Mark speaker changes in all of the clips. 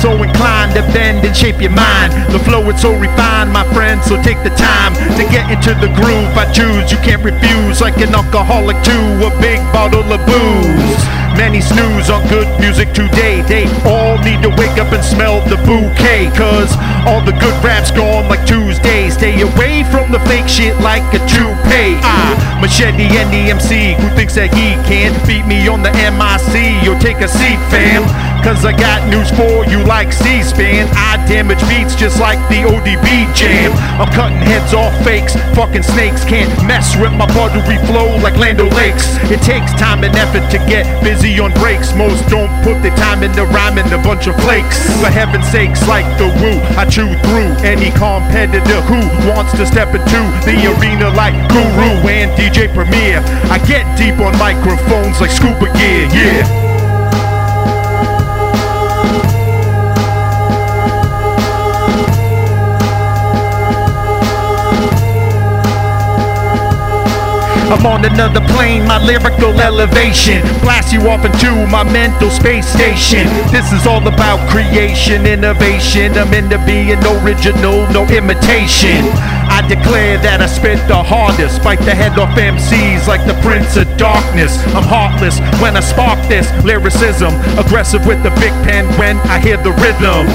Speaker 1: so inclined to bend and shape your mind. The flow is so refined, my friend, so take the time to get into the groove. I choose, you can't refuse, like an alcoholic to a big bottle of booze. Many snooze on good music today. They all need to wake up and smell the bouquet. Cause all the good rap's gone like Tuesdays. Stay away from the fake shit like a toupee. Ah, machete and the MC who thinks that he can beat me on the MIC. Yo, take a seat, fam. Cause I got news for you like C-SPAN. I damage beats just like the ODB jam. I'm cutting heads off fakes. Fucking snakes can't mess with my buttery flow like Lando Lakes. It takes time and effort to get busy on breaks. Most don't put the time into rhyming a bunch of flakes. For heaven's sakes, like the woo, I chew through any competitor who wants to step into the arena like Guru and DJ Premier. I get deep on microphones like scuba gear, yeah. I'm on another plane, my lyrical elevation. Blast you off into my mental space station. This is all about creation, innovation. I'm into being original, no imitation. I declare that I spit the hardest. Bite the head off MCs like the Prince of Darkness. I'm heartless when I spark this lyricism. Aggressive with the big pen when I hear the rhythm.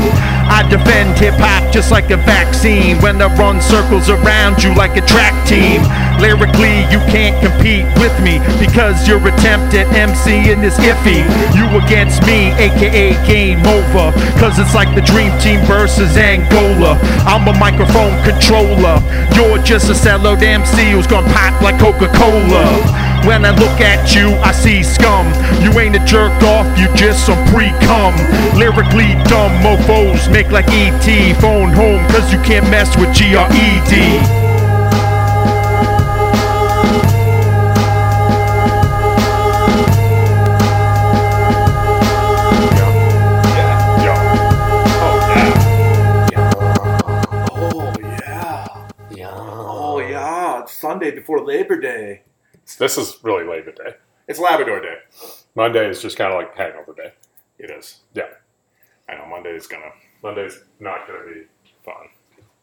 Speaker 1: I defend hip hop just like a vaccine. When I run circles around you like a track team. Lyrically, you can't compete with me because your attempt at MCing is iffy. You against me, aka game over. Cause it's like the dream team versus Angola. I'm a microphone controller. You're just a cello MC who's gonna pop like Coca Cola. When I look at you, I see scum. You ain't a jerk off, you just some pre cum. Lyrically dumb mofos make like ET. Phone home, cause you can't mess with E GRED.
Speaker 2: Oh yeah. Oh yeah. It's Sunday before Labor Day.
Speaker 3: This is really Labor Day.
Speaker 2: It's Labrador Day.
Speaker 3: Monday is just kind of like hangover day.
Speaker 2: It is.
Speaker 3: Yeah.
Speaker 2: I know Monday's gonna.
Speaker 3: Monday's not going to be
Speaker 2: Fun.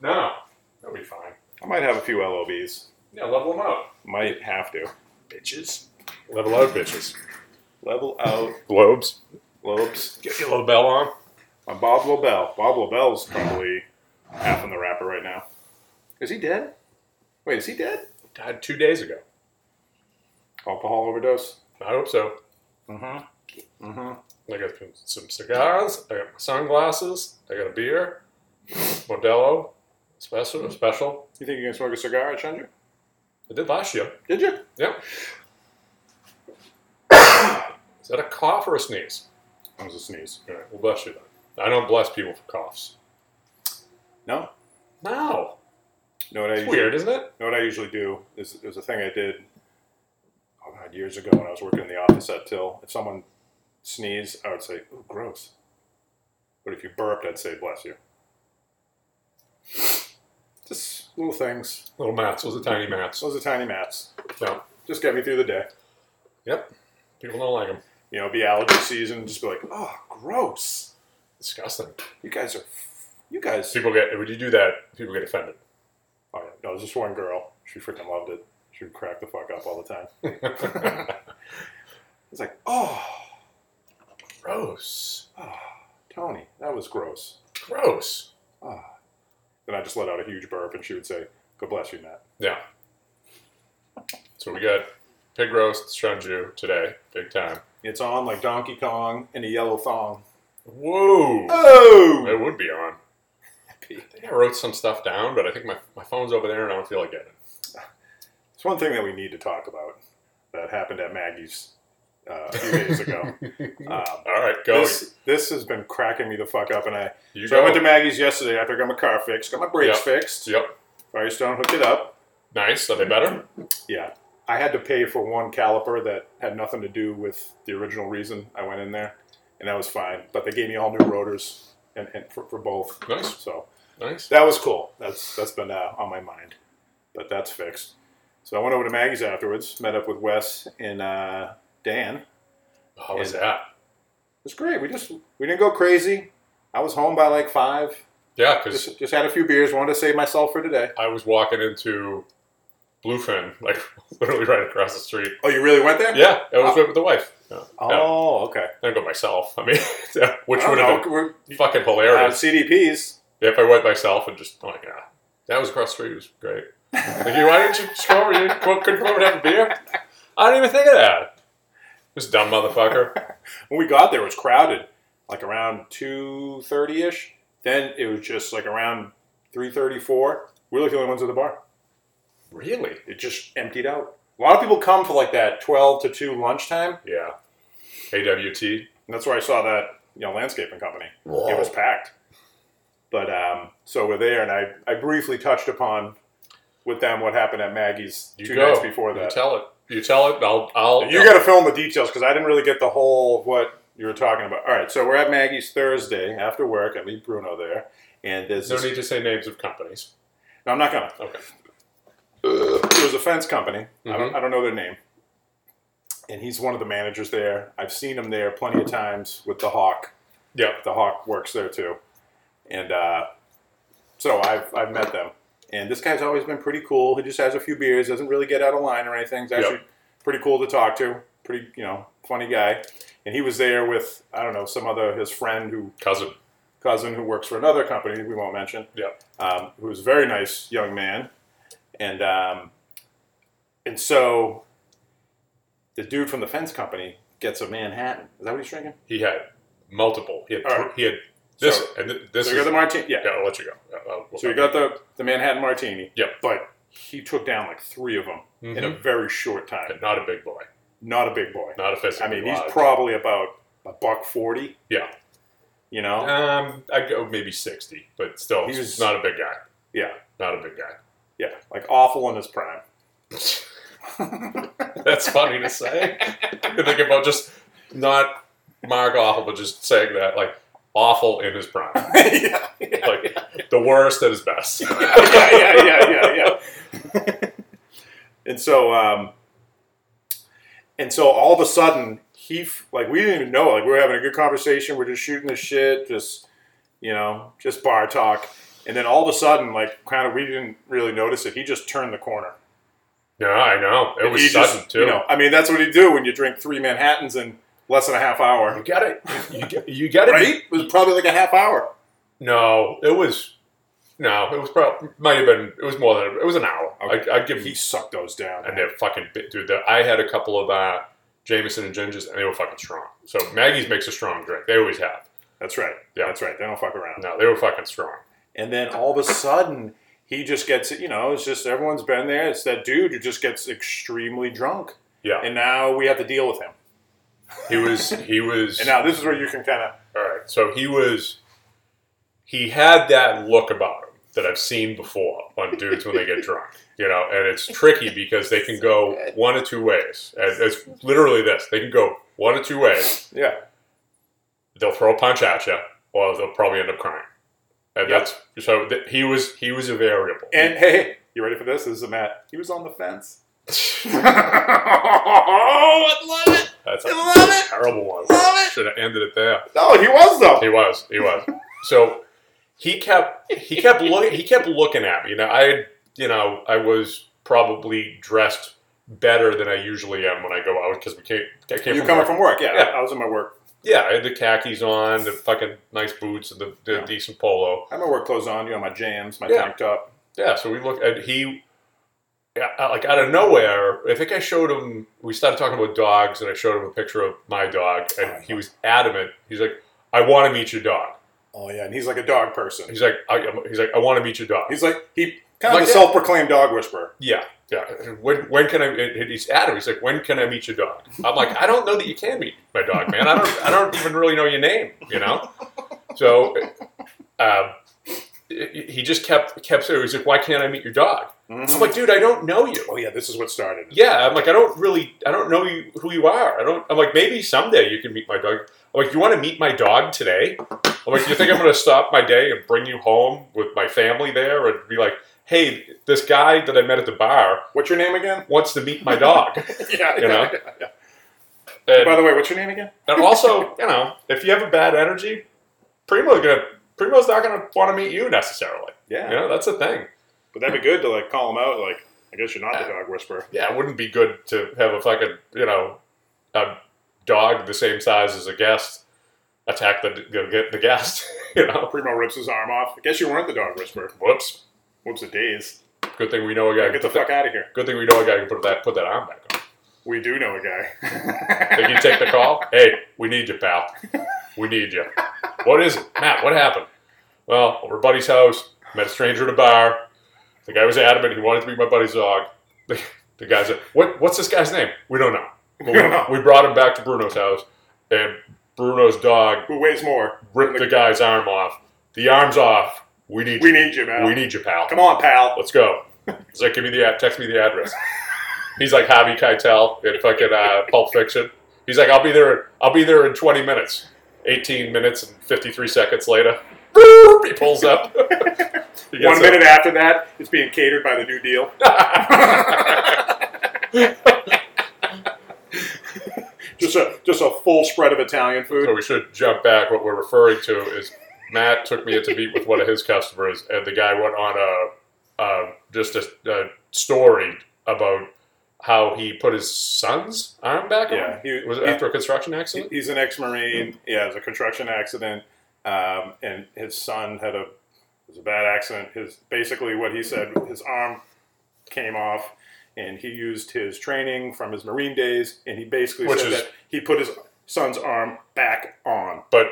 Speaker 3: No, that'll be fine.
Speaker 2: I might have a few LOBs.
Speaker 3: Yeah, level them up.
Speaker 2: Might have to.
Speaker 3: Bitches. Level out, bitches.
Speaker 2: Level out
Speaker 3: Globes.
Speaker 2: lobes.
Speaker 3: Get your little bell on. Uh,
Speaker 2: I'm Bob Lobel. Bob Lobel's probably half in the rapper right now. Is he dead? Wait, is he dead?
Speaker 3: Died two days ago.
Speaker 2: Alcohol overdose.
Speaker 3: I hope so.
Speaker 2: Mm-hmm. Mm-hmm.
Speaker 3: I got some- some cigars. I got my sunglasses. I got a beer. Modelo. Special. Special.
Speaker 2: You think you can smoke a cigar at Chandra?
Speaker 3: I did last year.
Speaker 2: Did you?
Speaker 3: Yep. Is that a cough or a sneeze?
Speaker 2: That was a sneeze.
Speaker 3: All right, well, bless you then. I don't bless people for coughs.
Speaker 2: No.
Speaker 3: No.
Speaker 2: Know what I
Speaker 3: It's
Speaker 2: usually,
Speaker 3: weird, isn't it?
Speaker 2: Know what I usually do? This it was a thing I did. Oh God, years ago when I was working in the office at Till. If someone sneezed, I would say, "Ooh, gross." But if you burped, I'd say, "Bless you." Just little things.
Speaker 3: Little mats. Those are tiny mats.
Speaker 2: Those are tiny mats.
Speaker 3: No.
Speaker 2: Just get me through the day.
Speaker 3: Yep. People don't like them.
Speaker 2: You know, be allergy season. Just be like, "Oh, gross."
Speaker 3: Disgusting.
Speaker 2: You guys are. You guys.
Speaker 3: People get when you do that, people get offended.
Speaker 2: Oh, yeah. No, there's this one girl. She freaking loved it. She would crack the fuck up all the time. It's like, oh,
Speaker 3: Gross.
Speaker 2: oh, Tony, that was gross.
Speaker 3: Gross.
Speaker 2: Ah. Then I just let out a huge burp, and she would say, "God bless you, Matt."
Speaker 3: Yeah. So we got pig roast Shunju today, big time.
Speaker 2: It's on like Donkey Kong in a yellow thong.
Speaker 3: Whoa.
Speaker 2: Oh,
Speaker 3: It would be on. I think I wrote some stuff down, but I think my, my phone's over there and I don't feel like getting it.
Speaker 2: it's one thing that we need to talk about that happened at Maggie's uh, a few days ago. Um,
Speaker 3: All right, go.
Speaker 2: this, this has been cracking me the fuck up, and I
Speaker 3: you
Speaker 2: so I
Speaker 3: go.
Speaker 2: went to Maggie's yesterday after I got my car fixed, got my brakes fixed,
Speaker 3: yep.
Speaker 2: Firestone hooked it up.
Speaker 3: Nice. Are they better?
Speaker 2: Yeah, I had to pay for one caliper that had nothing to do with the original reason I went in there, and that was fine. But they gave me all new rotors and, and for, for both.
Speaker 3: Nice.
Speaker 2: So
Speaker 3: Nice.
Speaker 2: that was cool. That's that's been uh, on my mind, but that's fixed. So I went over to Maggie's afterwards, met up with Wes and uh, Dan.
Speaker 3: How was that?
Speaker 2: It was great. We just we didn't go crazy. I was home by like five.
Speaker 3: Yeah, because
Speaker 2: Just, just had a few beers. Wanted to save myself for today.
Speaker 3: I was walking into Bluefin, like literally right across the street.
Speaker 2: Oh, you really went there?
Speaker 3: Yeah, I was with the wife. Yeah. Yeah.
Speaker 2: Oh, okay.
Speaker 3: I didn't go myself. I mean, yeah, which
Speaker 2: I
Speaker 3: would
Speaker 2: don't
Speaker 3: have
Speaker 2: know.
Speaker 3: been
Speaker 2: We're,
Speaker 3: fucking
Speaker 2: uh,
Speaker 3: hilarious
Speaker 2: CDPs.
Speaker 3: if I went myself and just like, ah, that was across the street. It was great. Like, you, why didn't you just come over? You couldn't come over and have a beer? I didn't even think of that. This dumb motherfucker.
Speaker 2: When we got there, it was crowded, like around two thirty ish. Then it was just like around three thirty four. We were the only ones at the bar.
Speaker 3: really?
Speaker 2: It just emptied out. A lot of people come for like that twelve to two lunchtime.
Speaker 3: Yeah. AWT.
Speaker 2: And that's where I saw that you know landscaping company. It was packed. But um, so we're there, and I, I briefly touched upon with them what happened at Maggie's
Speaker 3: You
Speaker 2: two
Speaker 3: go.
Speaker 2: nights before
Speaker 3: You
Speaker 2: that.
Speaker 3: tell it. You tell it. and I'll. I'll
Speaker 2: You got to film the details because I didn't really get the whole of what you were talking about. All right, so we're at Maggie's Thursday after work. I meet Bruno there, and there's
Speaker 3: No
Speaker 2: this,
Speaker 3: need to say names of companies.
Speaker 2: no, I'm not gonna.
Speaker 3: Okay.
Speaker 2: It was a fence company. I, don't,
Speaker 3: Mhm.
Speaker 2: I don't know their name, and he's one of the managers there. I've seen him there plenty of times with the hawk.
Speaker 3: Yeah.
Speaker 2: the Hawk works there too. And uh, so I've, I've met them. And this guy's always been pretty cool. He just has a few beers, doesn't really get out of line or anything. He's actually pretty cool to talk to. Pretty, you know, funny guy. And he was there with, I don't know, some other, his friend who,
Speaker 3: Cousin.
Speaker 2: cousin who works for another company we won't mention.
Speaker 3: Yeah.
Speaker 2: Um, who was a very nice young man. And, um, and so the dude from the fence company gets a Manhattan. Is that what he's drinking?
Speaker 3: He had multiple. He had.
Speaker 2: All right.
Speaker 3: He had this
Speaker 2: So-
Speaker 3: and th- this.
Speaker 2: So
Speaker 3: is,
Speaker 2: you got the martini. Yeah.
Speaker 3: yeah, I'll let you go. Yeah, I'll-
Speaker 2: So you got the, the Manhattan Martini.
Speaker 3: Yep.
Speaker 2: But he took down like three of them in a
Speaker 3: Mhm.
Speaker 2: very short time.
Speaker 3: But not a big boy.
Speaker 2: Not a big boy.
Speaker 3: Not a
Speaker 2: I
Speaker 3: physical.
Speaker 2: mean, he's probably about a buck forty.
Speaker 3: Yeah.
Speaker 2: You know.
Speaker 3: Um, I go maybe sixty, but still,
Speaker 2: Oh. He
Speaker 3: he's
Speaker 2: was-
Speaker 3: not a big guy.
Speaker 2: Yeah.
Speaker 3: Not a big guy.
Speaker 2: Yeah. Like awful in his prime.
Speaker 3: That's funny to say. I think about just not Mark Awful, but just saying that like awful in his prime,
Speaker 2: yeah. Yeah.
Speaker 3: like the worst at his best.
Speaker 2: yeah. Yeah. Yeah. Yeah. and so, um, and so all of a sudden, he f- like we didn't even know. Like we were having a good conversation. We're just shooting the shit. Just you know, just bar talk. And then all of a sudden, like, kind of, we didn't really notice it. He just turned the corner.
Speaker 3: Yeah, I know. It
Speaker 2: And he
Speaker 3: was
Speaker 2: just,
Speaker 3: sudden too.
Speaker 2: You know, I mean, that's what you do when you drink three Manhattans in less than a half hour.
Speaker 3: got it. You got, you got
Speaker 2: Right? It was probably like a half hour.
Speaker 3: No, it was. No, it was probably might have been. It was more than it was an hour.
Speaker 2: Okay.
Speaker 3: I, I'd give him
Speaker 2: He sucked those down.
Speaker 3: and they're fucking bi- dude. That I had a couple of uh, Jameson and gingers, and they were fucking strong. So Maggie's makes a strong drink. They always have.
Speaker 2: That's right.
Speaker 3: Yeah.
Speaker 2: That's right. They don't fuck around.
Speaker 3: No, they were fucking strong.
Speaker 2: And then all of a sudden, he just gets, you know, it's just everyone's been there. It's that dude who just gets extremely drunk.
Speaker 3: Yeah,
Speaker 2: And now we have to deal with him.
Speaker 3: he was. He was.
Speaker 2: And now this is where you can kind of,
Speaker 3: all right, so he was. He had that look about him that I've seen before on dudes when they get drunk. You know, and it's tricky because they can go one of two ways. And it's literally this: they can go one of two ways.
Speaker 2: yeah.
Speaker 3: they'll throw a punch at you, or they'll probably end up crying. And
Speaker 2: Yeah.
Speaker 3: that's so th- he was he was a variable.
Speaker 2: And hey, you ready for this? This is a Matt. He was on the fence. Oh,
Speaker 3: I love it. That's a
Speaker 2: Love it.
Speaker 3: terrible one.
Speaker 2: Love it.
Speaker 3: Should have ended it there.
Speaker 2: No, he was though.
Speaker 3: He was. He was. so he kept he kept looking he kept looking at me. You know, I you know I was probably dressed better than I usually am when I go out because we came, I came
Speaker 2: you
Speaker 3: from
Speaker 2: coming
Speaker 3: work.
Speaker 2: from work? Yeah,
Speaker 3: Yeah.
Speaker 2: I was in my work.
Speaker 3: yeah I had the khakis on the fucking nice boots and the, the
Speaker 2: Yeah.
Speaker 3: decent polo
Speaker 2: I had my work clothes on. You know, my jams, my
Speaker 3: Yeah.
Speaker 2: tank top.
Speaker 3: Yeah, so we look at he, yeah, uh, like out of nowhere. I think I showed him. We started talking about dogs, and I showed him a picture of my dog, and he was adamant. He's like, "I want to meet your dog."
Speaker 2: Oh yeah, and he's like a dog person.
Speaker 3: He's like, I, I'm- "He's like, I want to meet your dog."
Speaker 2: He's like he kind of
Speaker 3: Like
Speaker 2: a
Speaker 3: that.
Speaker 2: self-proclaimed dog whisperer.
Speaker 3: yeah, yeah. When when can I? and- and He's adamant. He's like, "When can I meet your dog?" I'm like, "I don't know that you can meet my dog, man. I don't. I don't even really know your name. You know." So, uh, he just kept kept saying, "He's like, why can't I meet your dog?"
Speaker 2: Mm-hmm.
Speaker 3: I'm like, "Dude, I don't know you."
Speaker 2: oh yeah, this is what started. it.
Speaker 3: yeah, I'm like, I don't really, I don't know you, who you are. I don't. I'm like, maybe someday you can meet my dog. I'm like, you want to meet my dog today? I'm like, you think I'm going to stop my day and bring you home with my family there and be like, hey, this guy that I met at the bar
Speaker 2: What's your name again?
Speaker 3: wants to meet my dog,
Speaker 2: yeah,
Speaker 3: you know?
Speaker 2: By
Speaker 3: And,
Speaker 2: the way, what's your name again?
Speaker 3: and also, you know, if you have a bad energy, Primo's gonna Primo's not gonna want to meet you necessarily.
Speaker 2: Yeah.
Speaker 3: You know, that's the thing.
Speaker 2: But that'd be good to like call him out. Like, I guess you're not the dog whisperer.
Speaker 3: Yeah, it wouldn't be good to have a fucking you know a dog the same size as a guest attack the the, the guest. You know,
Speaker 2: Primo rips his arm off. I guess you weren't the dog whisperer.
Speaker 3: whoops.
Speaker 2: Whoops, a days.
Speaker 3: Good thing we know a guy.
Speaker 2: Get
Speaker 3: can
Speaker 2: the
Speaker 3: put
Speaker 2: fuck
Speaker 3: that-
Speaker 2: out of here.
Speaker 3: Good thing we know a guy can put that put that arm back on.
Speaker 2: We do know a
Speaker 3: They
Speaker 2: guy.
Speaker 3: can take the call. Hey, we need you, pal. We need you. What is it, Matt? What happened? Well, over at buddy's house, met a stranger at a bar. The guy was adamant he wanted to be my buddy's dog. The, the guy said, "What? What's this guy's name? We don't know. But
Speaker 2: We don't know.
Speaker 3: we, we brought him back to Bruno's house, and Bruno's dog
Speaker 2: Who weighs more?
Speaker 3: ripped the guy's arm off. The arm's off. We need
Speaker 2: We
Speaker 3: you.
Speaker 2: need you, man.
Speaker 3: we need you, pal.
Speaker 2: Come on, pal.
Speaker 3: Let's go. He's like, give me the ad- text me the address. He's like Javi Keitel in fucking uh, Pulp Fiction. He's like, I'll be there. I'll be there in 20 minutes. 18 minutes and 53 seconds later, boop, he pulls up. He gets
Speaker 2: One minute after that, it's being catered by the New Deal. just a just a full spread of Italian
Speaker 3: So
Speaker 2: food.
Speaker 3: we should jump back. What we're referring to is Matt took me in to meet with one of his customers, and the guy went on a, um just a, a story about how he put his son's arm back on.
Speaker 2: Yeah, he-
Speaker 3: was it
Speaker 2: he-
Speaker 3: after Mm-hmm. a construction accident.
Speaker 2: He's an ex-marine. Yeah, it was a construction accident, um, and his son had a it was a bad accident. His basically what he said, his arm came off, and he used his training from his marine days, and he basically
Speaker 3: Which
Speaker 2: said
Speaker 3: is-
Speaker 2: that he put his son's arm back on.
Speaker 3: but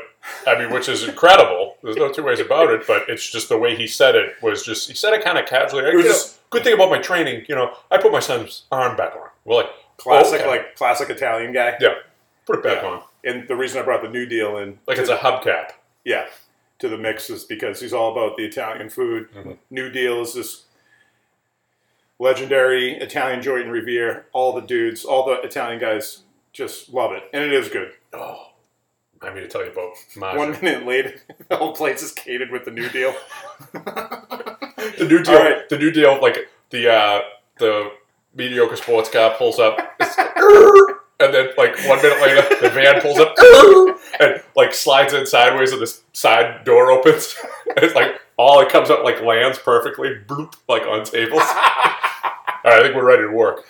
Speaker 3: I mean, which is incredible. There's no two ways about it. But it's just the way he said it was just he said it kind of casually.
Speaker 2: was
Speaker 3: You know,
Speaker 2: just-
Speaker 3: good thing about my training, you know, I put my son's arm back on. Well, like
Speaker 2: Classic,
Speaker 3: okay.
Speaker 2: like classic Italian guy.
Speaker 3: yeah, put it back
Speaker 2: Yeah.
Speaker 3: on.
Speaker 2: And the reason I brought the New Deal in,
Speaker 3: Like it's a hubcap.
Speaker 2: yeah, to the mix is because he's all about the Italian food.
Speaker 3: Mm-hmm.
Speaker 2: New Deal is this legendary Italian joint and revere. All the dudes, all the Italian guys just love it, and it is good.
Speaker 3: Oh, I mean to tell you about my
Speaker 2: One minute later, the whole place is catered with the New Deal.
Speaker 3: the new deal.
Speaker 2: All right.
Speaker 3: The new deal, like the uh, the mediocre sports car pulls up, it's like, "Err," and then like one minute later, the van pulls up "Err," and like slides in sideways, and this side door opens. And it's like all it comes up like lands perfectly, bloop, like on tables. all right, I think we're ready to work.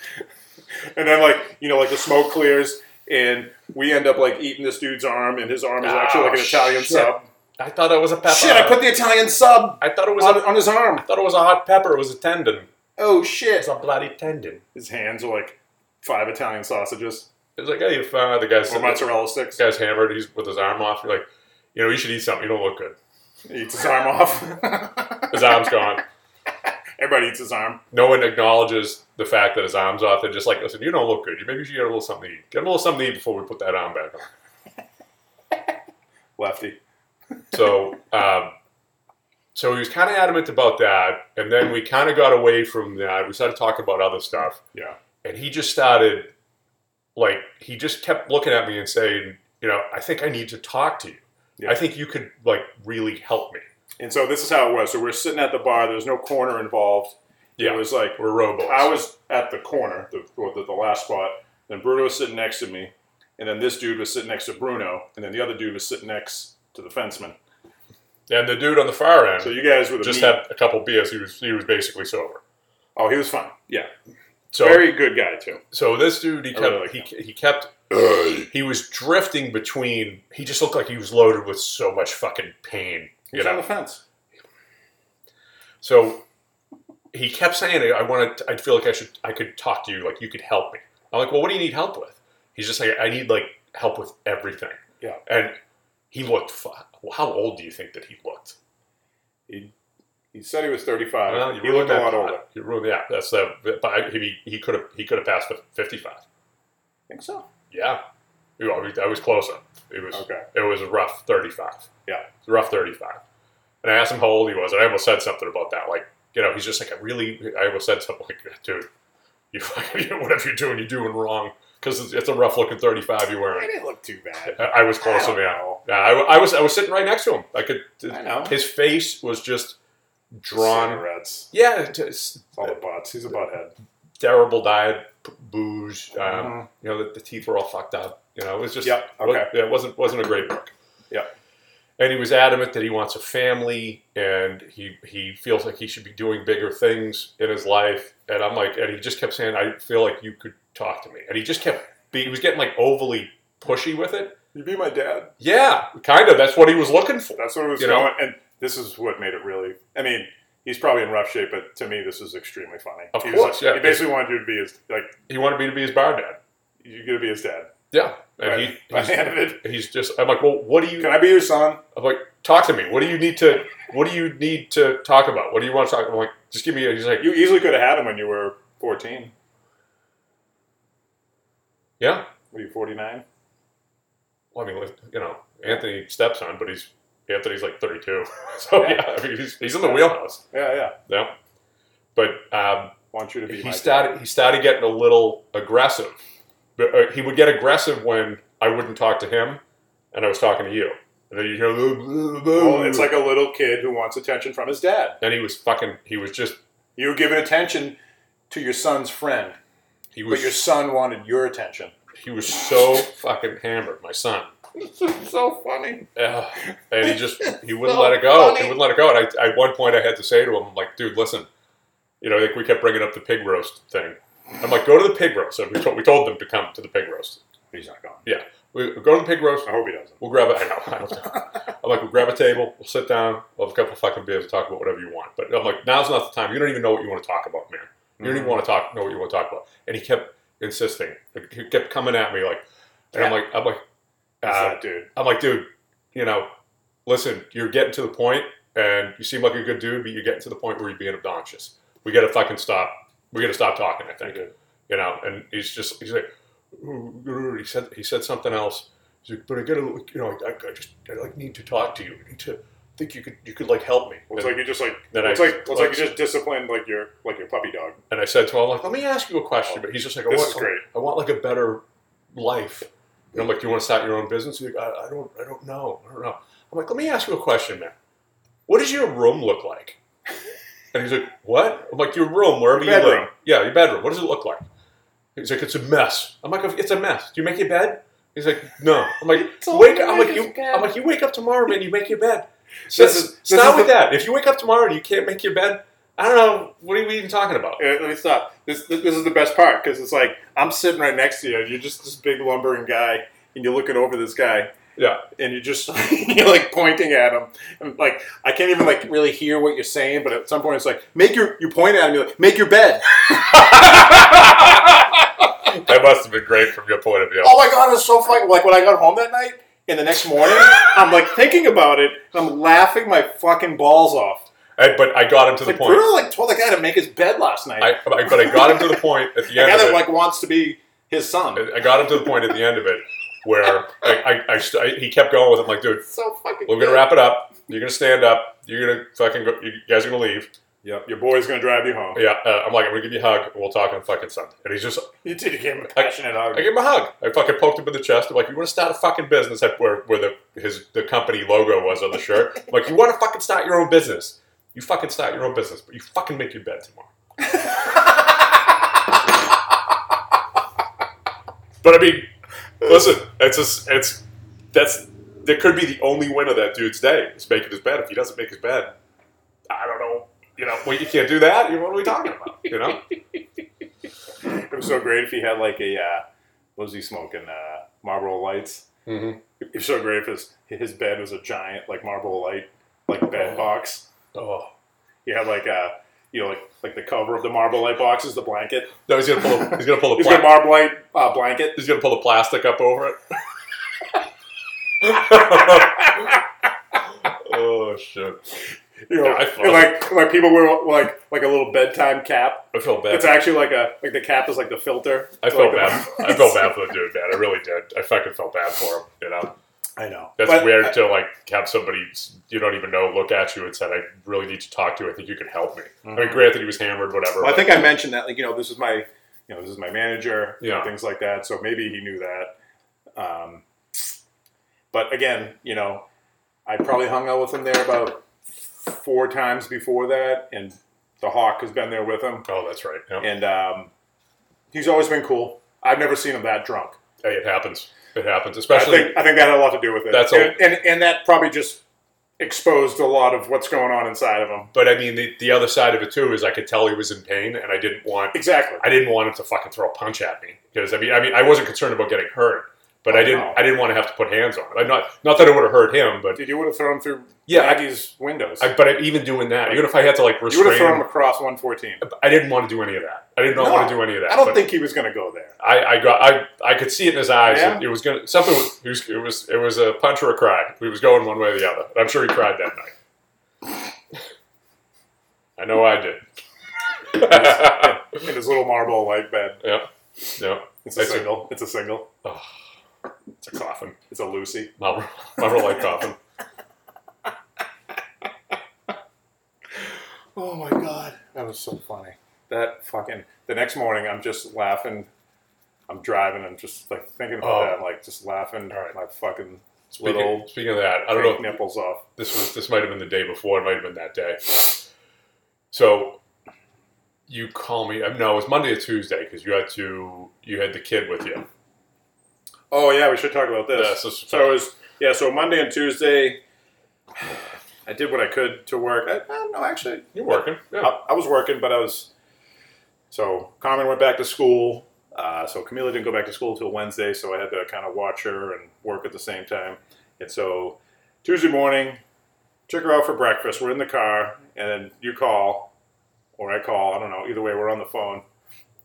Speaker 2: And then, like you know, like the smoke clears, and we end up like eating this dude's arm, and his arm is actually like an
Speaker 3: Oh,
Speaker 2: Italian
Speaker 3: shit.
Speaker 2: sub.
Speaker 3: I thought it was a pepper.
Speaker 2: Shit! I put the Italian sub
Speaker 3: I thought it was.
Speaker 2: on,
Speaker 3: A,
Speaker 2: on his arm.
Speaker 3: I thought it was a hot pepper. It was a tendon.
Speaker 2: Oh shit!
Speaker 3: It's a bloody tendon.
Speaker 2: His hands are like five Italian sausages
Speaker 3: It's like, hey, if uh, the guy's
Speaker 2: or mozzarella sticks.
Speaker 3: This guy's hammered. He's with his arm off. You're like, you know, you should eat something. You don't look good.
Speaker 2: He eats his arm off.
Speaker 3: His arm's gone.
Speaker 2: Everybody eats his arm.
Speaker 3: No one acknowledges the fact that his arm's off. They're just like, listen, you don't look good. You maybe you should get a little something to eat. Get him a little something to eat before we put that arm back on.
Speaker 2: Lefty.
Speaker 3: So, um, so he was kind of adamant about that, and then we kind of got away from that. We started talking about other stuff,
Speaker 2: Yeah.
Speaker 3: and he just started, like, he just kept looking at me and saying, you know, I think I need to talk to you.
Speaker 2: Yeah.
Speaker 3: I think you could like really help me.
Speaker 2: And so this is how it was. So we're sitting at the bar. There's no corner involved.
Speaker 3: Yeah,
Speaker 2: It was like
Speaker 3: we're robots.
Speaker 2: I was at the corner, the, or the, the last spot. Then Bruno was sitting next to me, and then this dude was sitting next to Bruno, and then the other dude was sitting next to the fenceman.
Speaker 3: and the dude on the far end.
Speaker 2: So you guys were the
Speaker 3: just
Speaker 2: meat.
Speaker 3: had a couple beers. He was he was basically sober.
Speaker 2: oh, he was fine. Yeah,
Speaker 3: So
Speaker 2: very good guy too.
Speaker 3: so this dude he kept
Speaker 2: really like
Speaker 3: he, he kept he was drifting between. He just looked like he was loaded with so much fucking pain.
Speaker 2: He
Speaker 3: You
Speaker 2: was on the
Speaker 3: know.
Speaker 2: fence.
Speaker 3: So he kept saying, "I want to. I feel like I should. I could talk to you. Like you could help me." I'm like, "Well, what do you need help with?" He's just like, "I need like help with everything."
Speaker 2: Yeah.
Speaker 3: And he looked. fu- How old do you think that he looked?
Speaker 2: He said he was 35.
Speaker 3: Well, you
Speaker 2: he
Speaker 3: ruined
Speaker 2: looked a
Speaker 3: that
Speaker 2: lot
Speaker 3: plot.
Speaker 2: older. I
Speaker 3: You ruined yeah. That's the. But I, he he could have he could have passed with fifty five.
Speaker 2: think so.
Speaker 3: Yeah, You know, I was- I was closer. It was
Speaker 2: Okay.
Speaker 3: it was a rough thirty five.
Speaker 2: Yeah.
Speaker 3: It's a rough thirty five. And I asked him how old he was, and I almost said something about that. Like you know, he's just like I really. I almost said something like, dude, you fucking whatever you're doing, you're doing wrong because it's, it's a rough looking thirty five you're
Speaker 2: He
Speaker 3: wearing.
Speaker 2: didn't look too bad.
Speaker 3: I, I was close to
Speaker 2: I don't
Speaker 3: him. Yeah,
Speaker 2: know.
Speaker 3: Yeah, I, I was I was sitting right next to him. I could.
Speaker 2: I know.
Speaker 3: His face was just drawn.
Speaker 2: Cigarettes.
Speaker 3: Yeah, it's-
Speaker 2: All the butts. He's a butthead.
Speaker 3: terrible diet, p- booze. Um,
Speaker 2: Mhm.
Speaker 3: You know, the, the teeth were all fucked up. You know, it was just
Speaker 2: Yep,
Speaker 3: wa-
Speaker 2: okay.
Speaker 3: yeah, it wasn't wasn't a great look.
Speaker 2: Yep.
Speaker 3: and he was adamant that he wants a family and he he feels like he should be doing bigger things in his life and i'm like and he just kept saying i feel like you could talk to me and he just kept he was getting like overly pushy with it
Speaker 2: You be my dad.
Speaker 3: yeah kind of that's what he was looking for
Speaker 2: That's what it was
Speaker 3: You know?
Speaker 2: going. And this is what made it really. I mean, he's probably in rough shape, but to me, this is extremely funny.
Speaker 3: Of
Speaker 2: He's
Speaker 3: course,
Speaker 2: like-
Speaker 3: yeah.
Speaker 2: He basically wanted you to be his like
Speaker 3: he wanted me to be his bar dad
Speaker 2: you're gonna be his dad.
Speaker 3: yeah and
Speaker 2: Right.
Speaker 3: he,
Speaker 2: By the end
Speaker 3: he's,
Speaker 2: of it,
Speaker 3: he's just i'm like well what do you
Speaker 2: can I be your son?
Speaker 3: I'm like, talk to me. What do you need to? What do you need to talk about? What do you want to talk? I'm like, just give me. A, he's like,
Speaker 2: You easily could have had him when you were 14.
Speaker 3: yeah.
Speaker 2: Were you 49?
Speaker 3: Well, I mean, like, you know, Anthony steps on, but he's Anthony's like 32, so yeah, I mean, he's, he's in the wheelhouse.
Speaker 2: Yeah, yeah.
Speaker 3: Yeah, but um,
Speaker 2: Want you to be. my
Speaker 3: he
Speaker 2: dad.
Speaker 3: started he started getting a little aggressive. But, uh, He would get aggressive when I wouldn't talk to him, and I was talking to you. And then you hear,
Speaker 2: Well, it's like a little kid who wants attention from his dad.
Speaker 3: and he was fucking. He was just.
Speaker 2: You were giving attention to your son's friend,
Speaker 3: He was
Speaker 2: but your son wanted your attention.
Speaker 3: He was so fucking hammered, my son.
Speaker 2: so funny.
Speaker 3: Ugh. and he just he wouldn't let it go. He wouldn't let it go. And I, at one point, I had to say to him, "I'm like, dude, listen, you know, like we kept bringing up the pig roast thing. I'm like, go to the pig roast. So we told, we told them to come to the pig roast.
Speaker 2: He's not gone.
Speaker 3: Yeah, we go to the pig roast.
Speaker 2: I hope he doesn't.
Speaker 3: We'll grab a. I know. I don't know. I'm like, we'll grab a table. We'll sit down. We'll have a couple fucking beers. and talk about whatever you want. But I'm like, now's not the time. You don't even know what you want to talk about, man. You don't even want to talk. Know what you want to talk about. And he kept insisting. Like, he kept coming at me like, and I'm like, I'm like,
Speaker 2: He's
Speaker 3: uh,
Speaker 2: that dude.
Speaker 3: I'm like, dude, you know, listen, you're getting to the point, and you seem like a good dude, but you're getting to the point where you're being obnoxious. We gotta fucking stop. We gotta stop talking. I think, you know. And he's just he's like, "Ooh, ooh," he said he said something else. He's like, but I gotta, you know, I, I just I like need to talk to you. I need to I think you could you could like help me.
Speaker 2: Well, it's like you just like.
Speaker 3: That
Speaker 2: it's
Speaker 3: I-
Speaker 2: like it's like you just disciplined like your like your puppy dog.
Speaker 3: And I said to him, I'm like, let me ask you a question. But he's just like, I
Speaker 2: Oh, This
Speaker 3: want,
Speaker 2: is great.
Speaker 3: I want like a better life. And I'm like, do you want to start your own business? He's like, I, I don't, I don't know, I don't know. I'm like, let me ask you a question, man. What does your room look like? And he's like, what? I'm like, your room, wherever
Speaker 2: Your
Speaker 3: you
Speaker 2: bedroom.
Speaker 3: live. Yeah, your bedroom. What does it look like? He's like, it's a mess. I'm like, it's a mess. Do you make your bed? He's like, no. I'm like,
Speaker 2: all
Speaker 3: wake
Speaker 2: you
Speaker 3: up. I'm
Speaker 2: make
Speaker 3: like,
Speaker 2: is
Speaker 3: you,
Speaker 2: bed.
Speaker 3: I'm like, you wake up tomorrow, man. You make your bed. So
Speaker 2: This is- this
Speaker 3: start
Speaker 2: is
Speaker 3: with
Speaker 2: the-
Speaker 3: that. If you wake up tomorrow and you can't make your bed, I don't know. What are we even talking about?
Speaker 2: Uh, let me stop. This this this is the best part because it's like I'm sitting right next to you. and You're just this big lumbering guy, and you're looking over this guy,
Speaker 3: Yeah.
Speaker 2: and you're just you're like pointing at him. And like I can't even like really hear what you're saying, but at some point it's like make your you point at him. You're like make your bed.
Speaker 3: That must have been great from your point of view.
Speaker 2: oh my god, it's so funny. Like when I got home that night and the next morning, I'm like thinking about it. And I'm laughing my fucking balls off.
Speaker 3: I, but I got him to the
Speaker 2: Like
Speaker 3: point.
Speaker 2: Bruno like told that guy to make his bed last night.
Speaker 3: I, I- but I got him to the point at the
Speaker 2: the guy
Speaker 3: end of
Speaker 2: that
Speaker 3: it.
Speaker 2: like wants to be his son.
Speaker 3: I got him to the point at the end of it where I, I, I, st- I- he kept going with him like, dude,
Speaker 2: so fucking.
Speaker 3: we're gonna
Speaker 2: good.
Speaker 3: wrap it up. You're gonna stand up. You're gonna fucking go. You guys are gonna leave.
Speaker 2: Yep, your boy's gonna drive you home.
Speaker 3: Yeah, uh, I'm like, I'm gonna give you a hug. and We'll talk on fucking Sunday. And he's just,
Speaker 2: You did give him a passionate hug.
Speaker 3: I gave him a hug. I fucking poked him in the chest. I'm like, you want to start a fucking business? Like, Where, where the his the company logo was on the shirt. I'm like, you want to fucking start your own business? You fucking start your own business, but you fucking make your bed tomorrow. but I mean, listen, it's just it's that's that could be the only win of that dude's day is making his bed. If he doesn't make his bed, I don't know. You know, well, you can't do that. You know, What are we talking about? You know,
Speaker 2: It was so great if he had like a uh, what was he smoking uh, Marlboro Lights.
Speaker 3: Mhm.
Speaker 2: It was so great if his his bed was a giant like Marlboro Light like bed box.
Speaker 3: oh.
Speaker 2: He had like a you know like like the cover of the Marlboro Light box is the blanket.
Speaker 3: No, he's gonna pull. A, he's gonna pull a.
Speaker 2: He's
Speaker 3: pla-
Speaker 2: got Marlboro Light uh, blanket.
Speaker 3: He's gonna pull the plastic up over it. oh shit!
Speaker 2: You know,
Speaker 3: Yeah, I
Speaker 2: and like like people wear like like a little bedtime cap.
Speaker 3: I feel bad.
Speaker 2: It's actually like a like the cap is like the filter.
Speaker 3: I felt
Speaker 2: Like the-
Speaker 3: bad. I felt bad for the dude, man. I really did. I fucking felt bad for him. You know,
Speaker 2: I know.
Speaker 3: that's
Speaker 2: But-
Speaker 3: weird to like have somebody you don't even know look at you and said, "I really need to talk to you. I think you can help me." I mean, granted, he was hammered, whatever.
Speaker 2: Mhm. Well,
Speaker 3: but-
Speaker 2: I think I mentioned that, like, you know, this is my, you know, this is my manager,
Speaker 3: Yeah.
Speaker 2: and things like that. So maybe he knew that. Um, but again, you know, I probably hung out with him there about four times before that, and the hawk has been there with him,
Speaker 3: oh, that's right. Yeah.
Speaker 2: and um, he's always been cool. I've never seen him that drunk.
Speaker 3: Hey, it happens. It happens,
Speaker 2: I
Speaker 3: especially.
Speaker 2: think I think that had a lot to do with it.
Speaker 3: That's all-
Speaker 2: and, and and that probably just exposed a lot of what's going on inside of him.
Speaker 3: But I mean, the, the other side of it too is I could tell he was in pain, and I didn't want
Speaker 2: Exactly.
Speaker 3: I didn't want him to fucking throw a punch at me because I mean I mean I wasn't concerned about getting hurt, but I
Speaker 2: Oh,
Speaker 3: didn't
Speaker 2: no.
Speaker 3: I didn't want to have to put hands on it. I'm not not that it would have hurt him, but
Speaker 2: Dude, you would have thrown him through
Speaker 3: Yeah, I-
Speaker 2: Maggie's windows.
Speaker 3: I, but even doing that, even if I had to like
Speaker 2: you would
Speaker 3: restrain,
Speaker 2: have thrown him
Speaker 3: him,
Speaker 2: across 114.
Speaker 3: I didn't want to do any of that. I did not
Speaker 2: No,
Speaker 3: want to do any of that.
Speaker 2: I don't
Speaker 3: but
Speaker 2: think he was going to go there.
Speaker 3: I, I got I, I could see it in his eyes.
Speaker 2: Yeah?
Speaker 3: It, was gonna something was it, was it was it was a punch or a cry. He was going one way or the other. And I'm sure he cried that night. I know I did.
Speaker 2: In his little marble like bed.
Speaker 3: yeah, yeah.
Speaker 2: It's
Speaker 3: That's
Speaker 2: a
Speaker 3: a-
Speaker 2: single. It's a single.
Speaker 3: Oh,
Speaker 2: It's a coffin. It's a Lucy.
Speaker 3: my my light coffin.
Speaker 2: Oh my god, that was so funny. That fucking the next morning, I'm just laughing. I'm driving. I'm just like thinking about
Speaker 3: Oh.
Speaker 2: that. I'm, like just laughing
Speaker 3: All right.
Speaker 2: my fucking
Speaker 3: Speaking,
Speaker 2: little
Speaker 3: speaking of that, I don't know.
Speaker 2: fake
Speaker 3: if-
Speaker 2: nipples off.
Speaker 3: this was this might have been the day before. It might have been that day. So you call me. uh, No, it was Monday or Tuesday because you had to you had the kid with you.
Speaker 2: Oh yeah, we should talk about this.
Speaker 3: Yeah, so-
Speaker 2: so it was yeah. So Monday and Tuesday, I did what I could to work. I, I don't know actually.
Speaker 3: You're working. Yeah.
Speaker 2: I, I was working, but I was. So Carmen went back to school. Uh, so Camila didn't go back to school till Wednesday, so I had to kind of watch her and work at the same time. And so Tuesday morning, took her out for breakfast. We're in the car, and then you call, or I call. I don't know. Either way, we're on the phone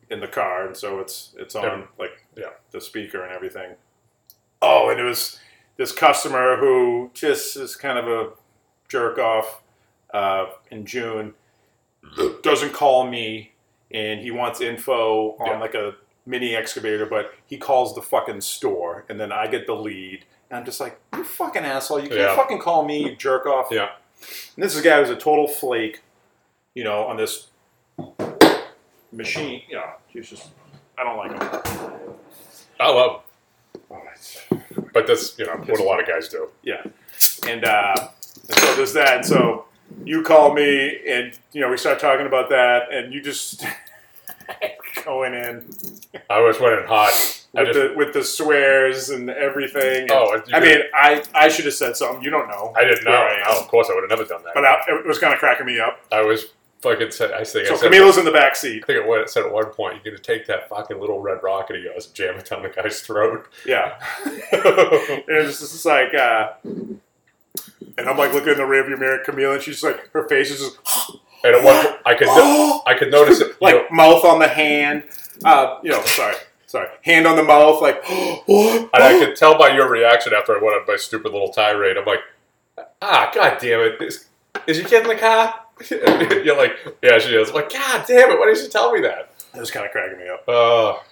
Speaker 2: in the car, and so it's it's on
Speaker 3: Yeah.
Speaker 2: like
Speaker 3: Yeah.
Speaker 2: the speaker and everything. Oh, and it was this customer who just is kind of a jerk off uh, in June doesn't call me and he wants info on
Speaker 3: Yeah.
Speaker 2: like a mini excavator, but he calls the fucking store and then I get the lead. And I'm just like, you fucking asshole. You can't
Speaker 3: Yeah.
Speaker 2: fucking call me, you jerk off.
Speaker 3: Yeah.
Speaker 2: And this is a guy who's a total flake, you know, on this machine. Yeah, he's just, I don't like him.
Speaker 3: I love,
Speaker 2: Oh, it's-
Speaker 3: it. but that's you know what a lot of guys do.
Speaker 2: Yeah. And, uh, and so there's that. And so you call me and, you know, we start talking about that and you just going in
Speaker 3: I was running hot. I
Speaker 2: with,
Speaker 3: just
Speaker 2: the, with the swears and everything. And-
Speaker 3: oh, you
Speaker 2: I
Speaker 3: did-
Speaker 2: mean, I, I should have said something. You don't know.
Speaker 3: I didn't know.
Speaker 2: where I am.
Speaker 3: No, of course, I would have never done that.
Speaker 2: But I, it was kind of cracking me up.
Speaker 3: I was fucking. Said, I think
Speaker 2: So
Speaker 3: I said.
Speaker 2: Camilo's in the back seat.
Speaker 3: I think it was- said at one point, you're going to take that fucking little red rocket of yours and jam it down the guy's throat.
Speaker 2: Yeah. and it's just like, uh, and I'm like looking in the rearview mirror at Camila and she's like, her face is just
Speaker 3: And at one point, I could, no- I could notice it. you
Speaker 2: like
Speaker 3: know,
Speaker 2: mouth on the hand. Uh, you know, sorry, sorry, hand on the mouth, like what?
Speaker 3: And I could tell by your reaction after I went on my stupid little tirade. I'm like, ah, god damn it. Is, is your kid in the car? You're like, yeah, she is. I'm like, god damn it. Why didn't you tell me that?
Speaker 2: It was kind of cracking me up.
Speaker 3: Oh,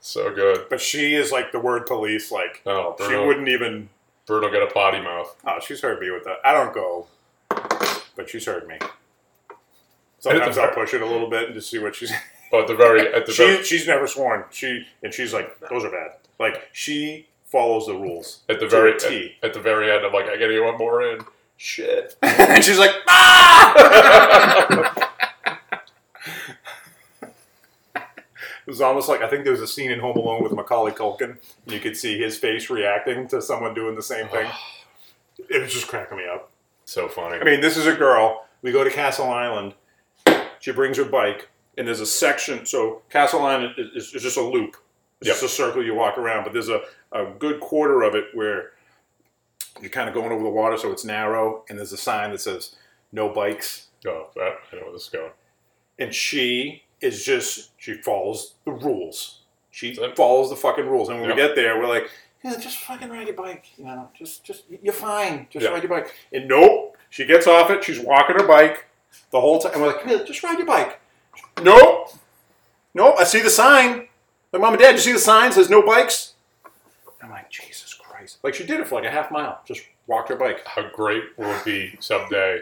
Speaker 3: so good.
Speaker 2: But she is like the word police. Like
Speaker 3: Oh,
Speaker 2: she
Speaker 3: Bruno,
Speaker 2: wouldn't even.
Speaker 3: Bruno got a potty mouth.
Speaker 2: Oh, she's heard me with that. I don't go, but she's heard me. Sometimes I'll push it a little bit and just see what she's.
Speaker 3: But the very, at the
Speaker 2: She,
Speaker 3: very,
Speaker 2: she's never sworn. She and she's like those are bad. Like she follows the rules.
Speaker 3: at the
Speaker 2: to
Speaker 3: very,
Speaker 2: a T.
Speaker 3: at, at the very end, I'm like, I gotta get one more in. Shit.
Speaker 2: and she's like ah. It was almost like I think there was a scene in Home Alone with Macaulay Culkin. You could see his face reacting to someone doing the same thing. it was just cracking me up.
Speaker 3: so funny.
Speaker 2: I mean, this is a girl. We go to Castle Island. She brings her bike, and there's a section. So Castle Island is, is, is just a loop. It's
Speaker 3: Yep.
Speaker 2: just a circle you walk around, but there's a, a good quarter of it where you're kind of going over the water, so it's narrow, and there's a sign that says no bikes.
Speaker 3: oh, I I know where this is going.
Speaker 2: And she is just she follows the rules. She
Speaker 3: That's it.
Speaker 2: follows the fucking rules. And when we
Speaker 3: Yep.
Speaker 2: get there, we're like, yeah, just fucking ride your bike. You know, just just you're fine. Just
Speaker 3: Yeah.
Speaker 2: ride your bike. And nope, she gets off it. She's walking her bike the whole time. And we're like, come here, just ride your bike. Nope, nope. I see the sign. Like, mom and dad, you see the sign says no bikes. I'm like, Jesus Christ! Like she did it for like a half mile. Just walked her bike.
Speaker 3: how great will it be someday?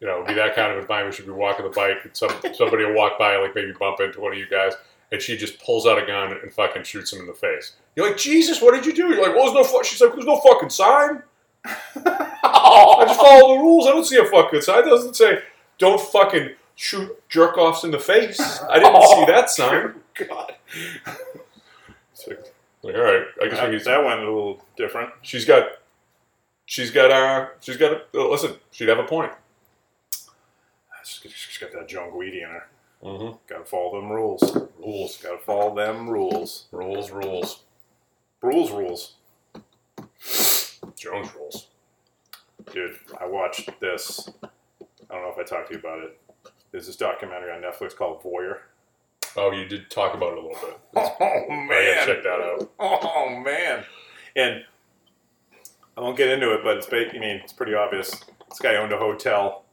Speaker 3: You know, it'll be that kind of environment. She'll be walking the bike, and some somebody will walk by, like maybe bump into one of you guys, and she just pulls out a gun and fucking shoots him in the face. You're like, Jesus, what did you do? You're like, well, there's no. Fu-. She's like, there's no fucking sign. I just follow the rules. I don't see a fucking sign. It doesn't say don't fucking shoot jerk offs in the face. I didn't see that sign.
Speaker 2: God,
Speaker 3: It's like, all right, I guess we
Speaker 2: that,
Speaker 3: can.
Speaker 2: went a little different.
Speaker 3: She's got she's got a she's got a uh, listen. She'd have a point.
Speaker 2: She's got that Joan Guidi in her.
Speaker 3: Mm-hmm.
Speaker 2: Gotta follow them rules. Rules. Gotta follow them rules.
Speaker 3: Rules, rules.
Speaker 2: Rules, rules.
Speaker 3: Jones rules.
Speaker 2: Dude, I watched this. I don't know if I talked to you about it. There's this documentary on Netflix called Voyeur.
Speaker 3: Oh, you did talk about it a little bit.
Speaker 2: Oh,
Speaker 3: I gotta check that out.
Speaker 2: Oh man! And I won't get into it, but it's ba- I mean it's pretty obvious. This guy owned a hotel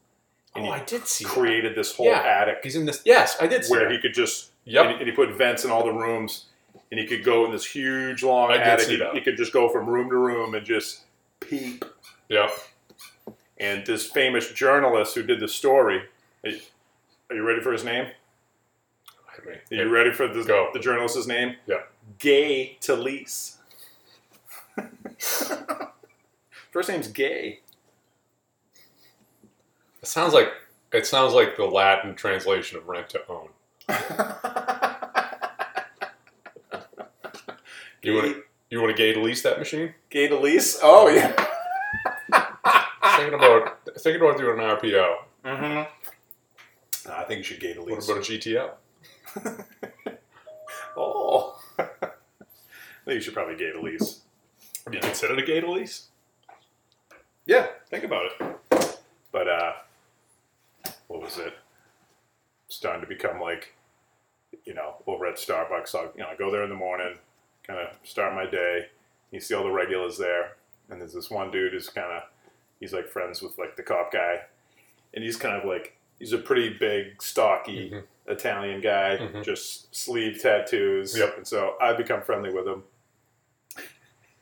Speaker 2: and he
Speaker 3: did see.
Speaker 2: created this whole
Speaker 3: Yeah.
Speaker 2: attic
Speaker 3: He's in this. Yes, I did see.
Speaker 2: where
Speaker 3: that.
Speaker 2: he could just
Speaker 3: Yep.
Speaker 2: and, he, and he put vents in all the rooms, and he could go in this huge long
Speaker 3: I did
Speaker 2: attic.
Speaker 3: see
Speaker 2: He,
Speaker 3: that.
Speaker 2: he could just go from room to room and just peep.
Speaker 3: yeah.
Speaker 2: And this famous journalist who did the story. Are you, are you ready for his name?
Speaker 3: I mean,
Speaker 2: Are you ready for the,
Speaker 3: Go.
Speaker 2: the journalist's name?
Speaker 3: Yeah.
Speaker 2: Gay Talese. First name's Gay.
Speaker 3: it sounds like it sounds like the Latin translation of rent to own. You want to you want to gay to lease that machine?
Speaker 2: Gay Talese? Oh, yeah.
Speaker 3: thinking about thinking about doing an RPO.
Speaker 2: Mm-hmm. I think you should Gay
Speaker 3: What
Speaker 2: Talese.
Speaker 3: about a GTO?
Speaker 2: Oh. I think you should probably Gay Talese.
Speaker 3: Would you consider it a gay to lease?
Speaker 2: Yeah, think about it. But, uh, what was it? Starting to become like, you know, over at Starbucks, I'll, you know, I go there in the morning, kind of start my day. You see all the regulars there, and there's this one dude who's kind of, he's like friends with like the cop guy, and he's kind of like, he's a pretty big, stocky
Speaker 3: Mhm.
Speaker 2: Italian guy,
Speaker 3: Mhm.
Speaker 2: just sleeve tattoos.
Speaker 3: Yep.
Speaker 2: And so I become friendly with him.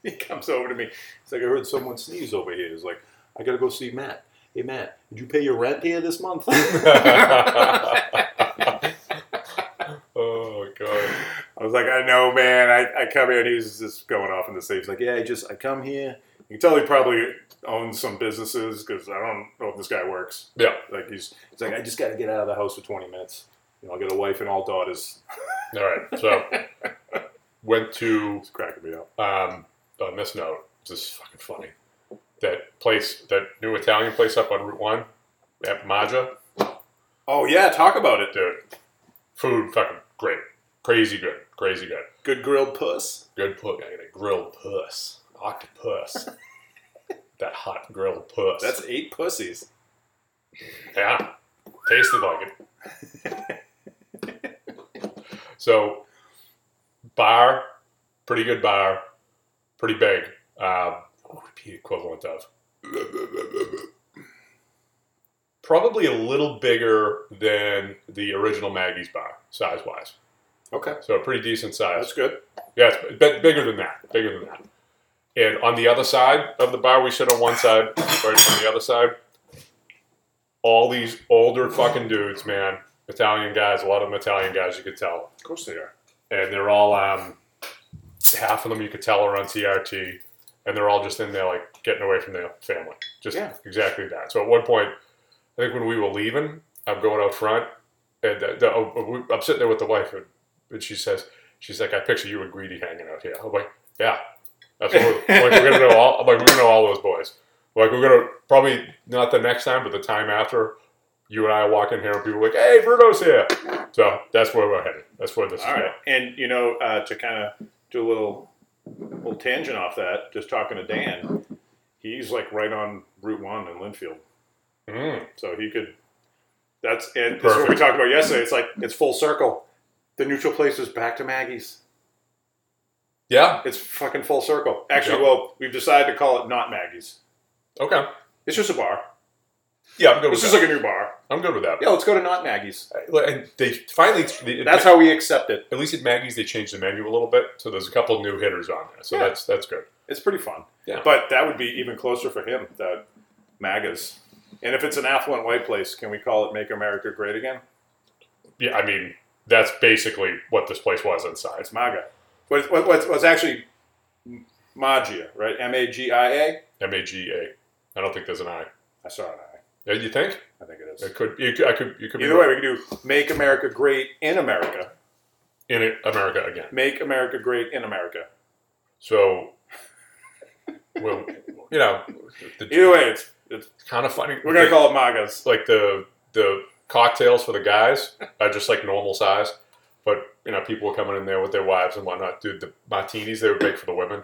Speaker 2: he comes over to me. He's like, I heard someone sneeze over here. He's like, I gotta go see Matt. Hey Matt, did you pay your rent here this month?
Speaker 3: oh god.
Speaker 2: I was like, I know, man. I, I come here and he's just going off in the safe. He's like, yeah, I just I come here. You can tell he probably owns some businesses because I don't know if this guy works.
Speaker 3: Yeah.
Speaker 2: Like he's he's like, I just got to get out of the house for 20 minutes. You know, I got a wife and all daughters.
Speaker 3: All right. So went to
Speaker 2: It's cracking me up.
Speaker 3: um, on this note. This is fucking funny. That place, that new Italian place up on Route One, at Maja,
Speaker 2: Oh yeah, talk about it.
Speaker 3: dude. Food fucking great, crazy good, crazy good.
Speaker 2: Good grilled puss.
Speaker 3: Good put. I got a grilled puss, octopus. that hot grilled puss.
Speaker 2: That's eight pussies.
Speaker 3: Yeah, tasted like it. so, bar, pretty good bar, pretty big. Um, what would be the equivalent of? Probably a little bigger than the original Maggie's bar, size wise.
Speaker 2: Okay,
Speaker 3: So, a pretty decent size.
Speaker 2: that's good.
Speaker 3: Yeah, it's b- bigger than that. Bigger than that. And on the other side of the bar, we sit on one side, right on the other side. All these older fucking dudes, man. Italian guys, a lot of them Italian guys, you could tell.
Speaker 2: Of course they are.
Speaker 3: And they're all, um, half of them you could tell are on TRT. And they're all just in there, like, getting away from their family. Just
Speaker 2: Yeah.
Speaker 3: exactly that. So at one point, I think when we were leaving, I'm going out front, and the, the, oh, we- I'm sitting there with the wife, and, and she says, "She's like, I picture you and Greedy hanging out here." I'm like, "Yeah, absolutely." I'm like we're gonna know all. I'm like we're gonna know all those boys. I'm like we're gonna probably not the next time, but the time after, you and I walk in here, and people are like, "Hey, Bruno's here." So that's where we're headed. That's where this
Speaker 2: All
Speaker 3: is
Speaker 2: right, and you know, uh, to kind of do a little little tangent off that, just talking to Dan, he's like right on Route One in Linfield,
Speaker 3: going. Mm,
Speaker 2: so he could. That's and this is what we
Speaker 3: Perfect.
Speaker 2: talked about yesterday. It's like it's full circle. The neutral place is back to Maggie's.
Speaker 3: yeah.
Speaker 2: It's fucking full circle. Actually,
Speaker 3: Yep.
Speaker 2: well, we've decided to call it not Maggie's.
Speaker 3: Okay.
Speaker 2: It's just a bar.
Speaker 3: Yeah, I'm good with
Speaker 2: This is
Speaker 3: that.
Speaker 2: like a new bar.
Speaker 3: I'm good with that.
Speaker 2: Yeah, let's go to not Maggie's.
Speaker 3: And they finally. They,
Speaker 2: That's how we accept it.
Speaker 3: at least at Maggie's they changed the menu a little bit, so there's a couple new hitters on there. So
Speaker 2: Yeah.
Speaker 3: that's that's good.
Speaker 2: It's pretty fun.
Speaker 3: Yeah.
Speaker 2: But that would be even closer for him, that MAGA's. And if it's an affluent white place, can we call it Make America Great Again?
Speaker 3: Yeah, I mean that's basically what this place was inside.
Speaker 2: It's MAGA. But it's, what- what's, what's actually M- Magia, right? M A G I A?
Speaker 3: M A G A. I don't think there's an I.
Speaker 2: I saw an eye.
Speaker 3: Yeah, You think
Speaker 2: I think it is.
Speaker 3: it could? You could I could. You could be
Speaker 2: Either way, we can do Make America Great in America.
Speaker 3: in it, America again.
Speaker 2: Make America Great in America.
Speaker 3: So, well, you know, the,
Speaker 2: Either way, it's, it's
Speaker 3: kind of funny.
Speaker 2: we're gonna call it MAGAs.
Speaker 3: like the the cocktails for the guys are just like normal size, but you know people were coming in there with their wives and whatnot. Dude, the martinis they would make for the women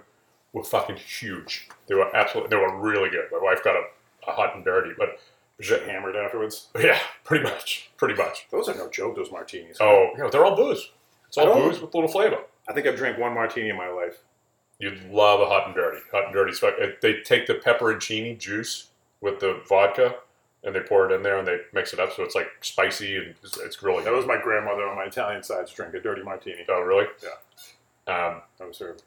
Speaker 3: were fucking huge. They were absolutely they were really good. My wife got a, a hot and dirty, but
Speaker 2: Get hammered afterwards.
Speaker 3: yeah, pretty much, pretty much.
Speaker 2: Those are no joke. Those martinis.
Speaker 3: Oh, you know, they're all booze. It's
Speaker 2: I
Speaker 3: all
Speaker 2: don't-
Speaker 3: booze with a little flavor.
Speaker 2: I think I've drank one martini in my life.
Speaker 3: You'd love a hot and dirty. Hot and dirty. They take the pepperoncini juice with the vodka and they pour it in there and they mix it up so it's like spicy and it's, it's really
Speaker 2: That was my grandmother on my Italian side to drink a dirty martini.
Speaker 3: Oh, really?
Speaker 2: Yeah.
Speaker 3: Um,
Speaker 2: That was her.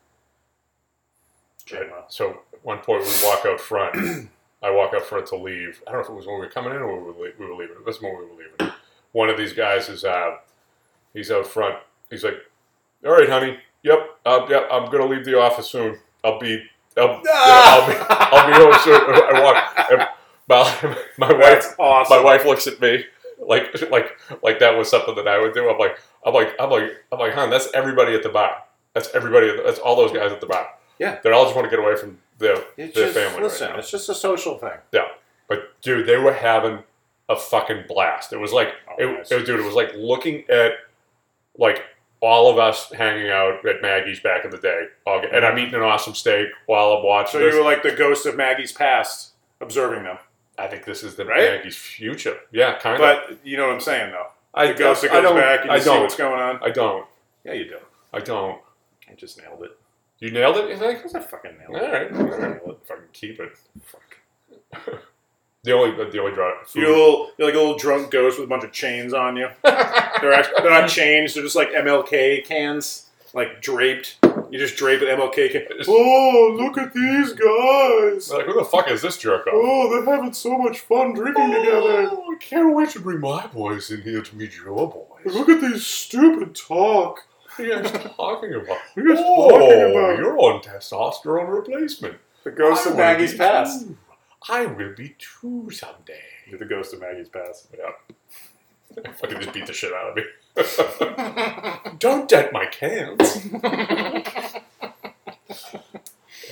Speaker 2: Grandma.
Speaker 3: so at one point we walk out front. I walk out front to leave. I don't know if it was when we were coming in or we were, le- we were leaving. It was when we were leaving. One of these guys is uh, he's out front. He's like, "All right, honey. Yep. Uh, yeah, I'm gonna leave the office soon. I'll be. I'll, yeah, I'll be. I'll be home soon." I walk. And my, my wife.
Speaker 2: That's awesome.
Speaker 3: My wife looks at me like like like that was something that I would do. I'm like I'm like I'm like I'm like, hon, that's everybody at the bar. That's everybody. at the- That's all those guys at the bar.
Speaker 2: Yeah.
Speaker 3: they all just want to get away from their
Speaker 2: It's
Speaker 3: their
Speaker 2: just,
Speaker 3: family
Speaker 2: listen,
Speaker 3: right now.
Speaker 2: it's just a social thing.
Speaker 3: Yeah, but dude, they were having a fucking blast. It was like
Speaker 2: Oh,
Speaker 3: it,
Speaker 2: nice.
Speaker 3: it was- dude, it was like looking at like all of us hanging out at Maggie's back in the day. All, and I'm eating an awesome steak while I'm
Speaker 2: So
Speaker 3: watching
Speaker 2: you
Speaker 3: this.
Speaker 2: were like the ghost of Maggie's past, observing them.
Speaker 3: I think this is the
Speaker 2: Right?
Speaker 3: Maggie's future. Yeah, kind of.
Speaker 2: But you know what I'm saying, though.
Speaker 3: I,
Speaker 2: The ghost that
Speaker 3: I
Speaker 2: goes
Speaker 3: don't-
Speaker 2: back and you
Speaker 3: I
Speaker 2: see what's
Speaker 3: don't.
Speaker 2: going on.
Speaker 3: I don't.
Speaker 2: Yeah, you do.
Speaker 3: I don't.
Speaker 2: I just nailed it.
Speaker 3: You nailed it. You think?
Speaker 2: I fucking nailed
Speaker 3: All
Speaker 2: it.
Speaker 3: right.
Speaker 2: I nailed it.
Speaker 3: Fucking keep it.
Speaker 2: Fuck.
Speaker 3: The only the only draw.
Speaker 2: You're, a little, you're like a little drunk ghost with a bunch of chains on you. They're, actually, they're not chains. They're just like MLK cans, like draped. You just drape an MLK can. Oh, look at these guys.
Speaker 3: like who the fuck is this jerk off?
Speaker 2: Oh, they're having so much fun drinking together.
Speaker 3: I can't wait to bring my boys in here to meet your boys.
Speaker 2: Look at these stupid talk.
Speaker 3: What are you guys talking about?
Speaker 2: What are you guys
Speaker 3: oh,
Speaker 2: talking about?
Speaker 3: you're on testosterone replacement.
Speaker 2: The ghost
Speaker 3: I
Speaker 2: of
Speaker 3: will
Speaker 2: Maggie's
Speaker 3: be
Speaker 2: past.
Speaker 3: two. I will be two someday.
Speaker 2: You're the ghost of Maggie's past.
Speaker 3: Yeah. Fucking just beat the shit out of me. Don't dent my cans.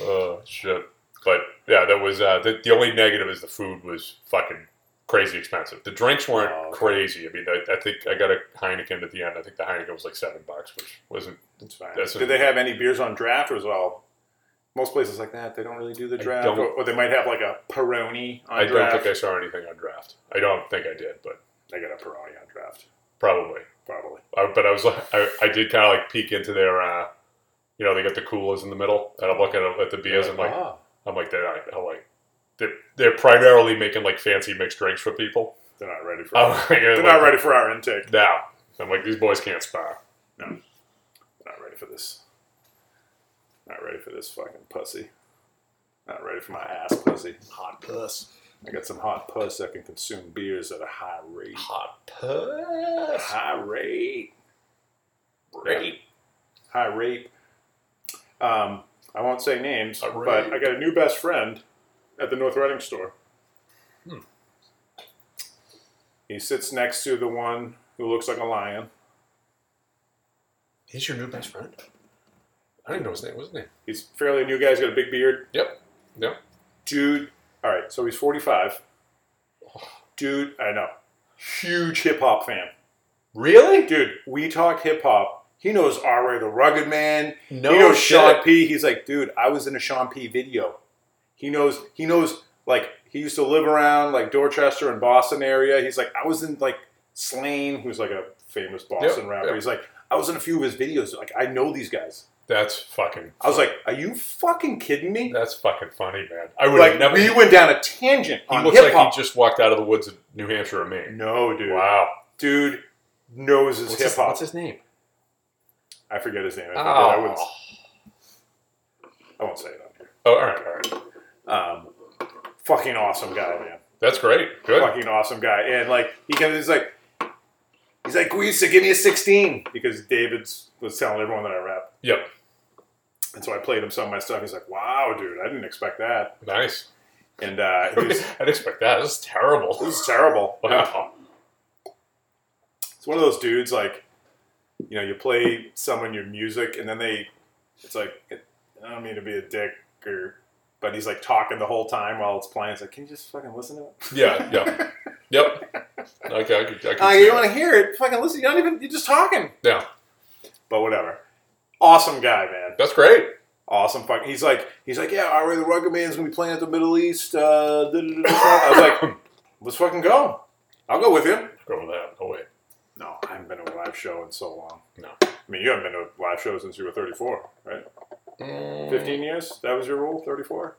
Speaker 3: oh shit! But yeah, that was uh, the, the only negative is the food was fucking crazy expensive. The drinks weren't
Speaker 2: Oh, okay.
Speaker 3: crazy. I mean, I, I think I got a Heineken at the end. I think the Heineken was like seven bucks, which wasn't.
Speaker 2: That's fine.
Speaker 3: That's
Speaker 2: Did
Speaker 3: a-
Speaker 2: they have any beers on draft or was it all? Most places like that, they don't really do the
Speaker 3: I
Speaker 2: draft.
Speaker 3: don't-
Speaker 2: Or, or they might have like a Peroni on
Speaker 3: I don't
Speaker 2: draft.
Speaker 3: think I saw anything on draft. I don't think I did, but
Speaker 2: I got a Peroni on draft,
Speaker 3: probably.
Speaker 2: probably.
Speaker 3: I, but I was like, I, I did kind of like peek into their, uh, you know, they got the coolers in the middle, and I'm looking at, at the beers. I'm like,
Speaker 2: Ah,
Speaker 3: I'm like, they're not, I'm like, they're, they're primarily making like fancy mixed drinks for people.
Speaker 2: they're not ready for.
Speaker 3: I'm
Speaker 2: Our,
Speaker 3: like,
Speaker 2: they're not ready for our intake.
Speaker 3: No, I'm like, these boys can't spar.
Speaker 2: They're not ready for this. Not ready for this fucking pussy. Not ready for my ass pussy. Hot puss. I got some hot puss that can consume beers at a high rate.
Speaker 3: Hot
Speaker 2: A
Speaker 3: puss.
Speaker 2: high rate.
Speaker 3: Great.
Speaker 2: high rape. Um, I won't say names,
Speaker 3: High
Speaker 2: but
Speaker 3: rape.
Speaker 2: I got a new best friend at the North Reading store.
Speaker 3: Hmm.
Speaker 2: He sits next to the one who looks like a lion.
Speaker 3: He's your new best friend. I didn't know his name. What's his name?
Speaker 2: He's fairly new guy. He's got a big beard.
Speaker 3: Yep. Yep.
Speaker 2: Dude, all right, so he's 45. Dude, I know. Huge hip hop fan.
Speaker 3: Really?
Speaker 2: Dude, we talk hip hop. He knows R.A. the Rugged Man.
Speaker 3: No
Speaker 2: he knows
Speaker 3: shit.
Speaker 2: Sean P. He's like, dude, I was in a Sean P. video. He knows. He knows. Like he used to live around like Dorchester and Boston area. He's like, I was in like Slane, who's like a famous Boston
Speaker 3: Yep,
Speaker 2: rapper.
Speaker 3: yep.
Speaker 2: He's like, I was in a few of his videos. Like I know these guys.
Speaker 3: That's fucking.
Speaker 2: I was like, are you fucking kidding me?
Speaker 3: That's fucking funny, man. I would
Speaker 2: Like
Speaker 3: have never.
Speaker 2: we went down a tangent
Speaker 3: he
Speaker 2: on
Speaker 3: looks
Speaker 2: hip
Speaker 3: like
Speaker 2: hop.
Speaker 3: he just walked out of the woods of New Hampshire or Maine.
Speaker 2: no, dude.
Speaker 3: Wow.
Speaker 2: Dude knows his hip hop.
Speaker 3: name?
Speaker 2: I forget his name. I,
Speaker 3: Oh.
Speaker 2: forget. I, wouldn't, I won't say it on here.
Speaker 3: oh, all right, all right.
Speaker 2: Um, fucking awesome guy, man.
Speaker 3: That's great. Good.
Speaker 2: Fucking awesome guy. And like he comes, he's like, he's like, Guisa, give me a sixteen because David's was telling everyone that I rap,
Speaker 3: Yep.
Speaker 2: and so I played him some of my stuff. He's like, wow, dude, I didn't expect that.
Speaker 3: Nice.
Speaker 2: And uh,
Speaker 3: I
Speaker 2: he was,
Speaker 3: didn't expect that. This is terrible.
Speaker 2: this is terrible.
Speaker 3: Wow.
Speaker 2: It's one of those dudes like, you know, you play someone your music, and then they, it's like, I don't mean to be a dick or But he's like talking the whole time while it's playing. It's like, can you just fucking listen to it?
Speaker 3: Yeah, yeah, yep. Okay, I could, I could
Speaker 2: Uh,
Speaker 3: see
Speaker 2: you
Speaker 3: it.
Speaker 2: want to hear it? Fucking listen. You're not even. You're just talking.
Speaker 3: Yeah,
Speaker 2: But whatever. Awesome guy, man.
Speaker 3: that's great.
Speaker 2: Awesome fucking. He's like, he's like, yeah, Ari the Rugged Man's gonna be playing at the Middle East. Uh, da, da, da, da, da." I was like, let's fucking go. I'll go with him.
Speaker 3: Go with that. Oh wait,
Speaker 2: No, I haven't been to a live show in so long.
Speaker 3: No.
Speaker 2: I mean, you haven't been to a live show since you were 34, right?
Speaker 3: Mm,
Speaker 2: 15 years? That was your rule? 34?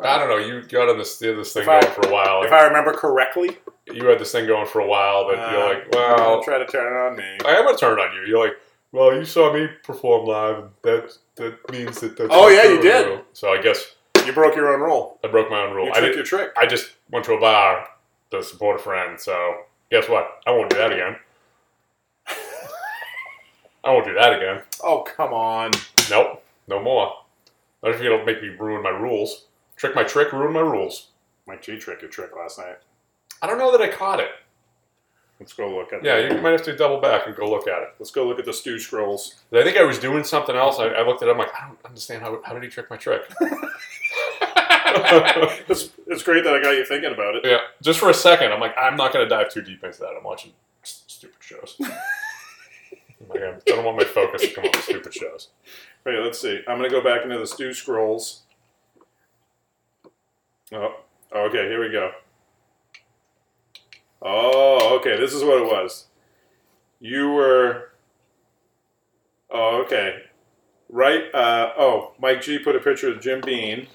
Speaker 3: I don't know. You got on this, you had this thing
Speaker 2: If I-
Speaker 3: going for a while.
Speaker 2: If I remember correctly.
Speaker 3: you had this thing going for a while that
Speaker 2: Uh,
Speaker 3: you're like, well,
Speaker 2: Don't try to turn it on me.
Speaker 3: I am gonna turn it on you. You're like, well, you saw me perform live. and That that means that that's
Speaker 2: Oh,
Speaker 3: not
Speaker 2: yeah, you
Speaker 3: true."
Speaker 2: did.
Speaker 3: So I guess
Speaker 2: You broke your own rule.
Speaker 3: I broke my own rule.
Speaker 2: You
Speaker 3: I
Speaker 2: took
Speaker 3: did.
Speaker 2: your trick.
Speaker 3: I just went to a bar to support a friend. So guess what? I won't do that again. I won't do that again.
Speaker 2: Oh, come on.
Speaker 3: Nope, no more. Not if you're gonna make me ruin my rules. Trick my trick, ruin my rules.
Speaker 2: Mike G tricked your trick last night.
Speaker 3: I don't know that I caught it.
Speaker 2: Let's go look at
Speaker 3: Yeah,
Speaker 2: the-
Speaker 3: you might have to double back and go look at it.
Speaker 2: Let's go look at the stew scrolls.
Speaker 3: I think I was doing something else. I, I looked at it. I'm like, I don't understand how, how did he trick my trick?
Speaker 2: it's, it's great that I got you thinking about it.
Speaker 3: yeah, just for a second, I'm like, I'm not going to dive too deep into that. I'm watching s- stupid shows. I'm like, I don't want my focus to come on stupid shows.
Speaker 2: Wait, let's see. I'm going to go back into the stew scrolls. Oh, okay, here we go. Oh, okay, this is what it was. You were. Oh, okay. Right, uh, oh, Mike G put a picture of Jim Bean.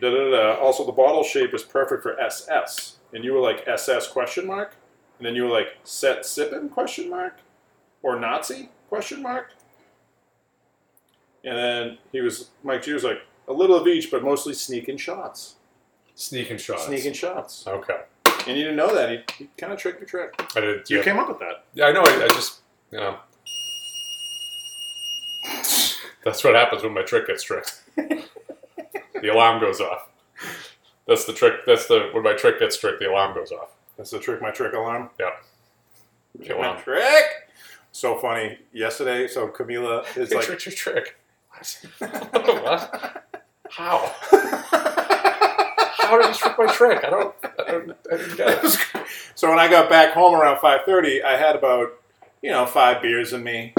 Speaker 2: Da, da, da. Also, the bottle shape is perfect for SS. And you were like SS question mark, and then you were like set sippin question mark, or Nazi question mark. And then he was Mike G was like a little of each, but mostly sneaking shots,
Speaker 3: Sneaking shots.
Speaker 2: sneaking shots.
Speaker 3: Okay.
Speaker 2: And you didn't know that he, he kind of tricked your trick.
Speaker 3: I did.
Speaker 2: You
Speaker 3: Yeah,
Speaker 2: came up with that.
Speaker 3: yeah I know. I, I just, you know. That's what happens when my trick gets tricked. the alarm goes off. That's the trick. That's the when my trick gets tricked, the alarm goes off.
Speaker 2: That's the trick, my trick alarm.
Speaker 3: Yeah.
Speaker 2: Trick my
Speaker 3: Alarm.
Speaker 2: trick. So funny. Yesterday, so Camila is
Speaker 3: Hey,
Speaker 2: like,
Speaker 3: trick, trick, trick. what? How? How did he trick my trick? I don't. I don't. I didn't get it.
Speaker 2: so when I got back home around 5:30, I had about you know five beers in me,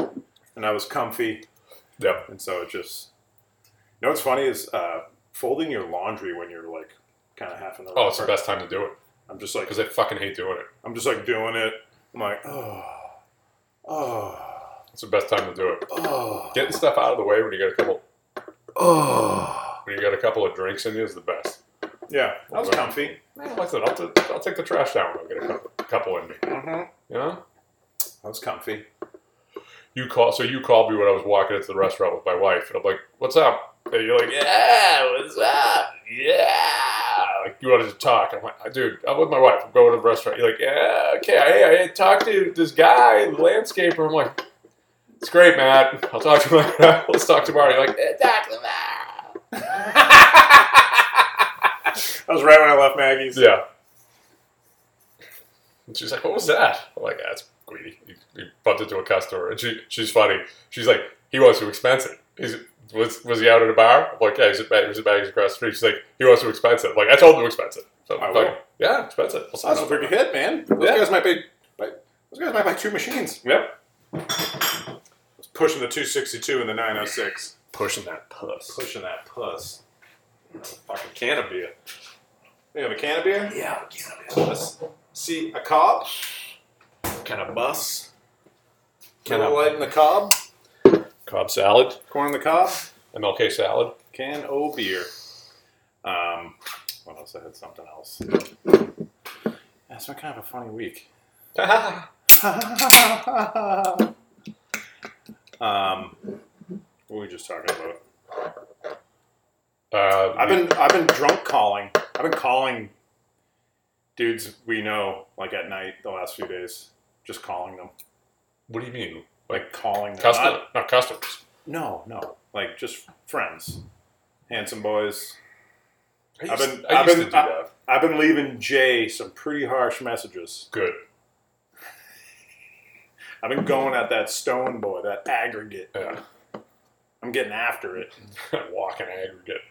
Speaker 2: and I was comfy.
Speaker 3: Yeah.
Speaker 2: And so it just, you know what's funny is uh, folding your laundry when you're like kind of half an hour.
Speaker 3: Oh, it's the best time to do it
Speaker 2: I'm just like,
Speaker 3: because I fucking hate doing it.
Speaker 2: I'm just like doing it. I'm like, oh, oh,
Speaker 3: It's the best time to do it.
Speaker 2: oh,
Speaker 3: Getting stuff out of the way when you got a couple
Speaker 2: oh.
Speaker 3: when you got a couple of drinks in you is the best.
Speaker 2: Yeah, that was comfy.
Speaker 3: Man, like I said, I'll, t- I'll take the trash down when I get a couple, couple in me.
Speaker 2: Mm-hmm. That
Speaker 3: You know.
Speaker 2: was comfy.
Speaker 3: You call. So you called me when I was walking into the restaurant with my wife, and I'm like, "What's up?" And you're like, "Yeah, what's up? Yeah." Like you wanted to talk. I'm like, "Dude, I'm with my wife. I'm going to the restaurant." You're like, "Yeah, okay. I, I talked to this guy, the landscaper." I'm like, "It's great, Matt. I'll talk to you later. Let's talk tomorrow." You're like, "Eh, "Talk tomorrow."
Speaker 2: That was right when I left Maggie's.
Speaker 3: Yeah. And she's like, "What was that?" I'm like, "That's greedy." He, he bumped into a customer, and she, she's funny. She's like, "He was too expensive." He's was was he out at a bar? I'm like, "Yeah, he's at Mag- he was at Maggie's across the street." She's like, "He was too expensive." I'm like, I told him expensive. So
Speaker 2: I
Speaker 3: I'm
Speaker 2: will.
Speaker 3: like, yeah, expensive. I'll sign
Speaker 2: That's a
Speaker 3: up.
Speaker 2: pretty hit, man. Those
Speaker 3: Yeah.
Speaker 2: guys might be, buy, those guys might buy two machines.
Speaker 3: Yep.
Speaker 2: Pushing the 262 and the 906.
Speaker 3: Pushing that puss.
Speaker 2: Pushing that puss. Fucking can of beer. You have a can of beer?
Speaker 3: Yeah.
Speaker 2: Let's see a cob.
Speaker 3: Kind of
Speaker 2: Bus. Can
Speaker 3: Can
Speaker 2: I
Speaker 3: of-
Speaker 2: lighten the cob?
Speaker 3: Cobb salad,
Speaker 2: Corn on the cob.
Speaker 3: MLK salad.
Speaker 2: Can O beer. Um, what else? I had something else. Yeah, it's been kind of a funny week.
Speaker 3: Uh,
Speaker 2: um, what were we just talking about?
Speaker 3: Uh,
Speaker 2: I've been I've been drunk calling. I've been calling dudes we know like at night the last few days. Just calling them,
Speaker 3: What do you mean?
Speaker 2: like calling them.
Speaker 3: Customer,
Speaker 2: Not-
Speaker 3: not, customers.
Speaker 2: no, no, like just friends, handsome boys.
Speaker 3: I
Speaker 2: I've
Speaker 3: used,
Speaker 2: been-
Speaker 3: I
Speaker 2: I've
Speaker 3: used
Speaker 2: been-
Speaker 3: to do
Speaker 2: I-
Speaker 3: that.
Speaker 2: I've been leaving Jay some pretty harsh messages.
Speaker 3: Good.
Speaker 2: I've been going at that stone boy, that aggregate.
Speaker 3: Yeah.
Speaker 2: I'm getting after it.
Speaker 3: Walking aggregate.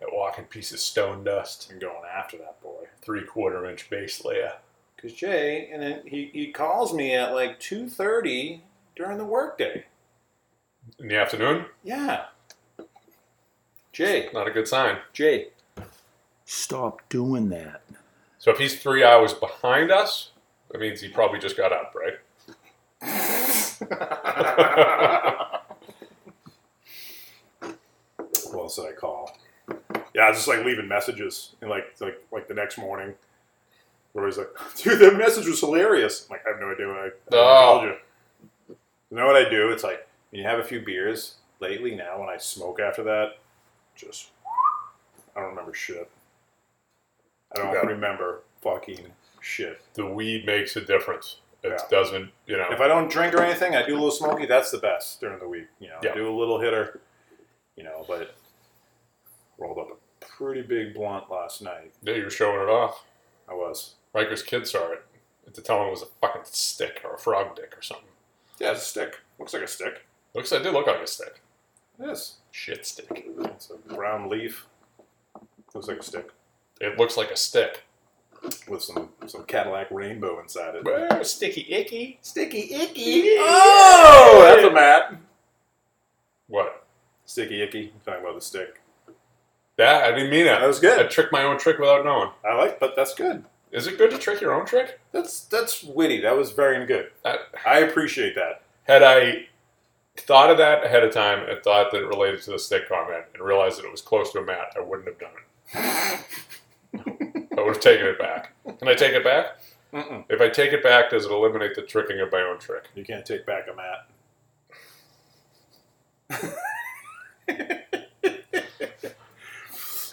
Speaker 3: walking piece of stone dust,
Speaker 2: and going after that boy.
Speaker 3: three quarter inch base layer.
Speaker 2: Cause Jay, and then he, he calls me at like two thirty during the workday.
Speaker 3: In the afternoon,
Speaker 2: Yeah. Jay,
Speaker 3: not a good sign.
Speaker 2: Jay,
Speaker 1: Stop doing that.
Speaker 3: So if he's three hours behind us, that means he probably just got up, right?
Speaker 2: who else did I call? Yeah, I was just like leaving messages, and like like like the next morning, everybody's like, "Dude, that message was hilarious." I'm like, I have no idea what I, what I
Speaker 3: Oh.
Speaker 2: told you. You know what I do? It's like when you have a few beers lately. Now when I smoke after that, just I don't remember shit. I don't
Speaker 3: Okay.
Speaker 2: remember fucking shit.
Speaker 3: The weed makes a difference. It
Speaker 2: Yeah.
Speaker 3: doesn't, you know.
Speaker 2: If I don't drink or anything, I do a little smoky. That's the best during the week. You know,
Speaker 3: Yeah.
Speaker 2: do a little hitter. You know, but rolled up a pretty big blunt last night.
Speaker 3: yeah, you were showing it off.
Speaker 2: I was.
Speaker 3: Riker's kids saw it. At the time, it was a fucking stick or a frog dick or something.
Speaker 2: Yeah, it's a stick. Looks like a stick.
Speaker 3: Looks like it did look like a stick.
Speaker 2: It is.
Speaker 3: Shit stick.
Speaker 2: It's a brown leaf. Looks like a stick
Speaker 3: It looks like a stick.
Speaker 2: with some some Cadillac rainbow inside it.
Speaker 3: Well, sticky icky.
Speaker 2: Sticky icky. Oh, that's a Matt.
Speaker 3: What?
Speaker 2: Sticky icky. Talking about the stick.
Speaker 3: That I didn't mean that.
Speaker 2: That was good.
Speaker 3: I tricked my own trick without knowing.
Speaker 2: I like, but that's good.
Speaker 3: Is it good to trick your own trick?
Speaker 2: That's that's witty. That was very good.
Speaker 3: I-
Speaker 2: I appreciate that.
Speaker 3: had I thought of that ahead of time and thought that it related to the stick comment and realized that it was close to a mat, I wouldn't have done it. I would have taken it back. Can I take it back?
Speaker 2: Mm-mm.
Speaker 3: If I take it back, does it eliminate the tricking of my own trick?
Speaker 2: You can't take back a Matt.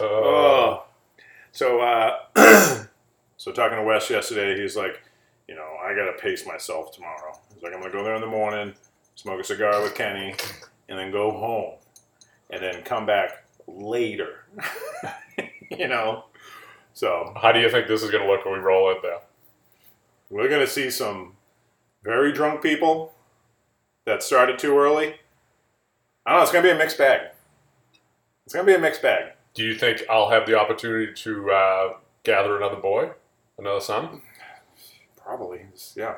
Speaker 3: Uh,
Speaker 2: Oh. So, uh, so talking to Wes yesterday, he's like, you know, I gotta pace myself tomorrow. He's like, I'm gonna go there in the morning, smoke a cigar with Kenny, and then go home, and then come back later. you know, so
Speaker 3: How do you think this is going to look when we roll it, though?
Speaker 2: we're gonna see some very drunk people that started too early. I don't know. It's gonna be a mixed bag. It's gonna be a mixed bag.
Speaker 3: Do you think I'll have the opportunity to uh, gather another boy, another son?
Speaker 2: Probably, yeah.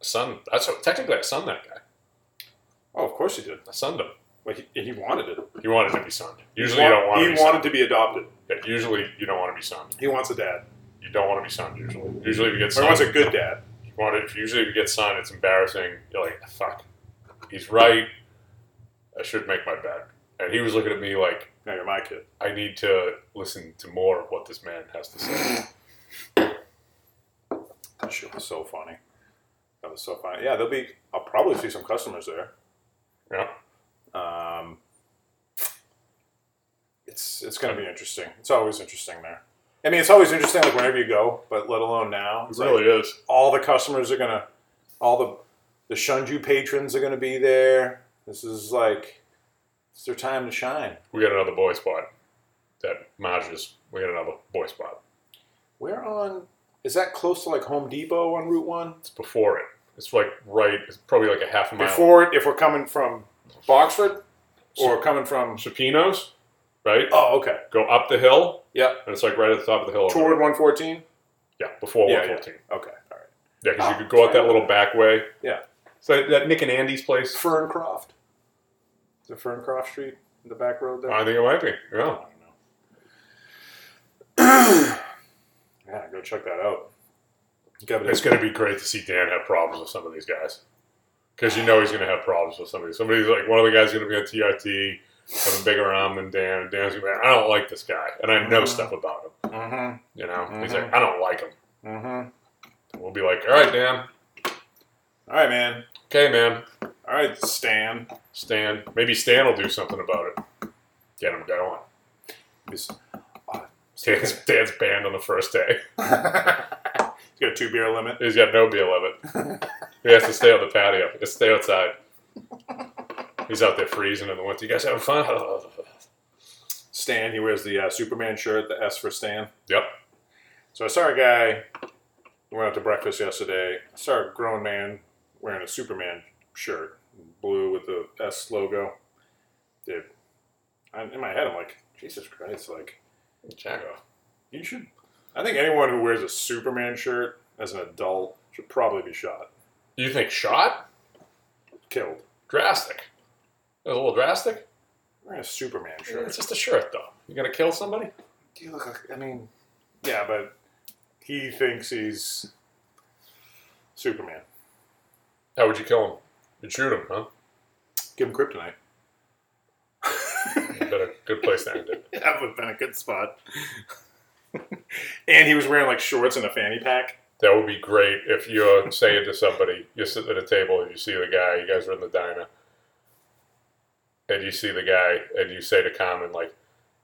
Speaker 3: A son. That's technically I son that guy.
Speaker 2: Oh, of course he did.
Speaker 3: I sunned him.
Speaker 2: Like he, he wanted it.
Speaker 3: He wanted to be sunned. Usually,
Speaker 2: He
Speaker 3: you don't want to
Speaker 2: He
Speaker 3: be
Speaker 2: wanted to be adopted.
Speaker 3: sunned. Yeah, usually, you don't want to be sunned.
Speaker 2: He wants a dad.
Speaker 3: You don't want to be sunned usually. Usually if you get
Speaker 2: Mm-hmm. Or he
Speaker 3: sunned,
Speaker 2: wants a good dad.
Speaker 3: you want it, usually if you get sunned, it's embarrassing. You're like, fuck, he's right. I should make my bed. And he was looking at me like,
Speaker 2: Now you're my kid.
Speaker 3: I need to listen to more of what this man has to say.
Speaker 2: That shit was so funny. That was so funny. Yeah, there'll be. I'll probably see some customers there.
Speaker 3: Yeah.
Speaker 2: Um, it's it's gonna be interesting. It's always interesting there. I mean, it's always interesting like whenever you go, but let alone now.
Speaker 3: It
Speaker 2: It's like
Speaker 3: really is.
Speaker 2: all the customers are gonna, all the the Shunju patrons are gonna be there. This is like, it's their time to shine.
Speaker 3: We got another boy spot. That Marge's. We got another boy spot.
Speaker 2: Where on is that close to like Home Depot on Route One?
Speaker 3: It's before it. It's like right, it's probably like a half a mile.
Speaker 2: Before it, if we're coming from Boxford or coming from
Speaker 3: Supino's, right?
Speaker 2: oh okay
Speaker 3: Go up the hill,
Speaker 2: yep
Speaker 3: and it's like right at the top of the hill.
Speaker 2: toward 114.
Speaker 3: yeah, before
Speaker 2: Yeah, yeah.
Speaker 3: 114.
Speaker 2: Okay, all right.
Speaker 3: Yeah, because you could go out that little back way.
Speaker 2: Yeah.
Speaker 3: So that, that Nick and Andy's place.
Speaker 2: Ferncroft. Is it Ferncroft Street in the back road there?
Speaker 3: I think it might be. Yeah.
Speaker 2: don't know. yeah, go check that out. Gavin,
Speaker 3: It's going to be great to see Dan have problems with some of these guys. Because you know he's going to have problems with somebody. Somebody's like, one of the guys going to be on TRT, have a bigger arm than Dan. And Dan's going to be like, I don't like this guy. And I know stuff about him.
Speaker 2: Mm-hmm.
Speaker 3: You know? He's
Speaker 2: Mhm.
Speaker 3: like, I don't like him.
Speaker 2: Mm-hmm. All
Speaker 3: And we'll be like, all right, Dan.
Speaker 2: right, man.
Speaker 3: Okay, man.
Speaker 2: All right, Stan.
Speaker 3: Stan. Maybe Stan will do something about it. Get him going.
Speaker 2: He's,
Speaker 3: Dan's, Dan's banned on the first day.
Speaker 2: he's got a two beer limit.
Speaker 3: He's got no beer limit. he has to stay on the patio. He has to stay outside. He's out there freezing in the winter. You guys having fun?
Speaker 2: Stan, he wears the uh, Superman shirt, the S for Stan.
Speaker 3: yep.
Speaker 2: So I saw a guy. We went out to breakfast yesterday. I saw a grown man wearing a Superman shirt, blue with the S logo. Dude, I, in my head, I'm like, Jesus Christ! Like,
Speaker 3: Exactly.
Speaker 2: You should. I think anyone who wears a Superman shirt as an adult should probably be shot,
Speaker 3: You think shot?
Speaker 2: killed.
Speaker 3: Drastic. That was a little drastic?
Speaker 2: Wearing a Superman
Speaker 3: Sure.
Speaker 2: shirt.
Speaker 3: It's just a shirt, though. You gonna kill somebody?
Speaker 2: You look like- I mean, yeah, but he thinks he's Superman.
Speaker 3: How would you kill him? You'd shoot him, huh?
Speaker 2: Give him kryptonite.
Speaker 3: Been a good place to end it.
Speaker 2: That would have been a good spot. and he was wearing like shorts and a fanny pack.
Speaker 3: That would be great if you're saying to somebody, you're sitting at a table and you see the guy, you guys are in the diner, and you see the guy, and you say to Common, like,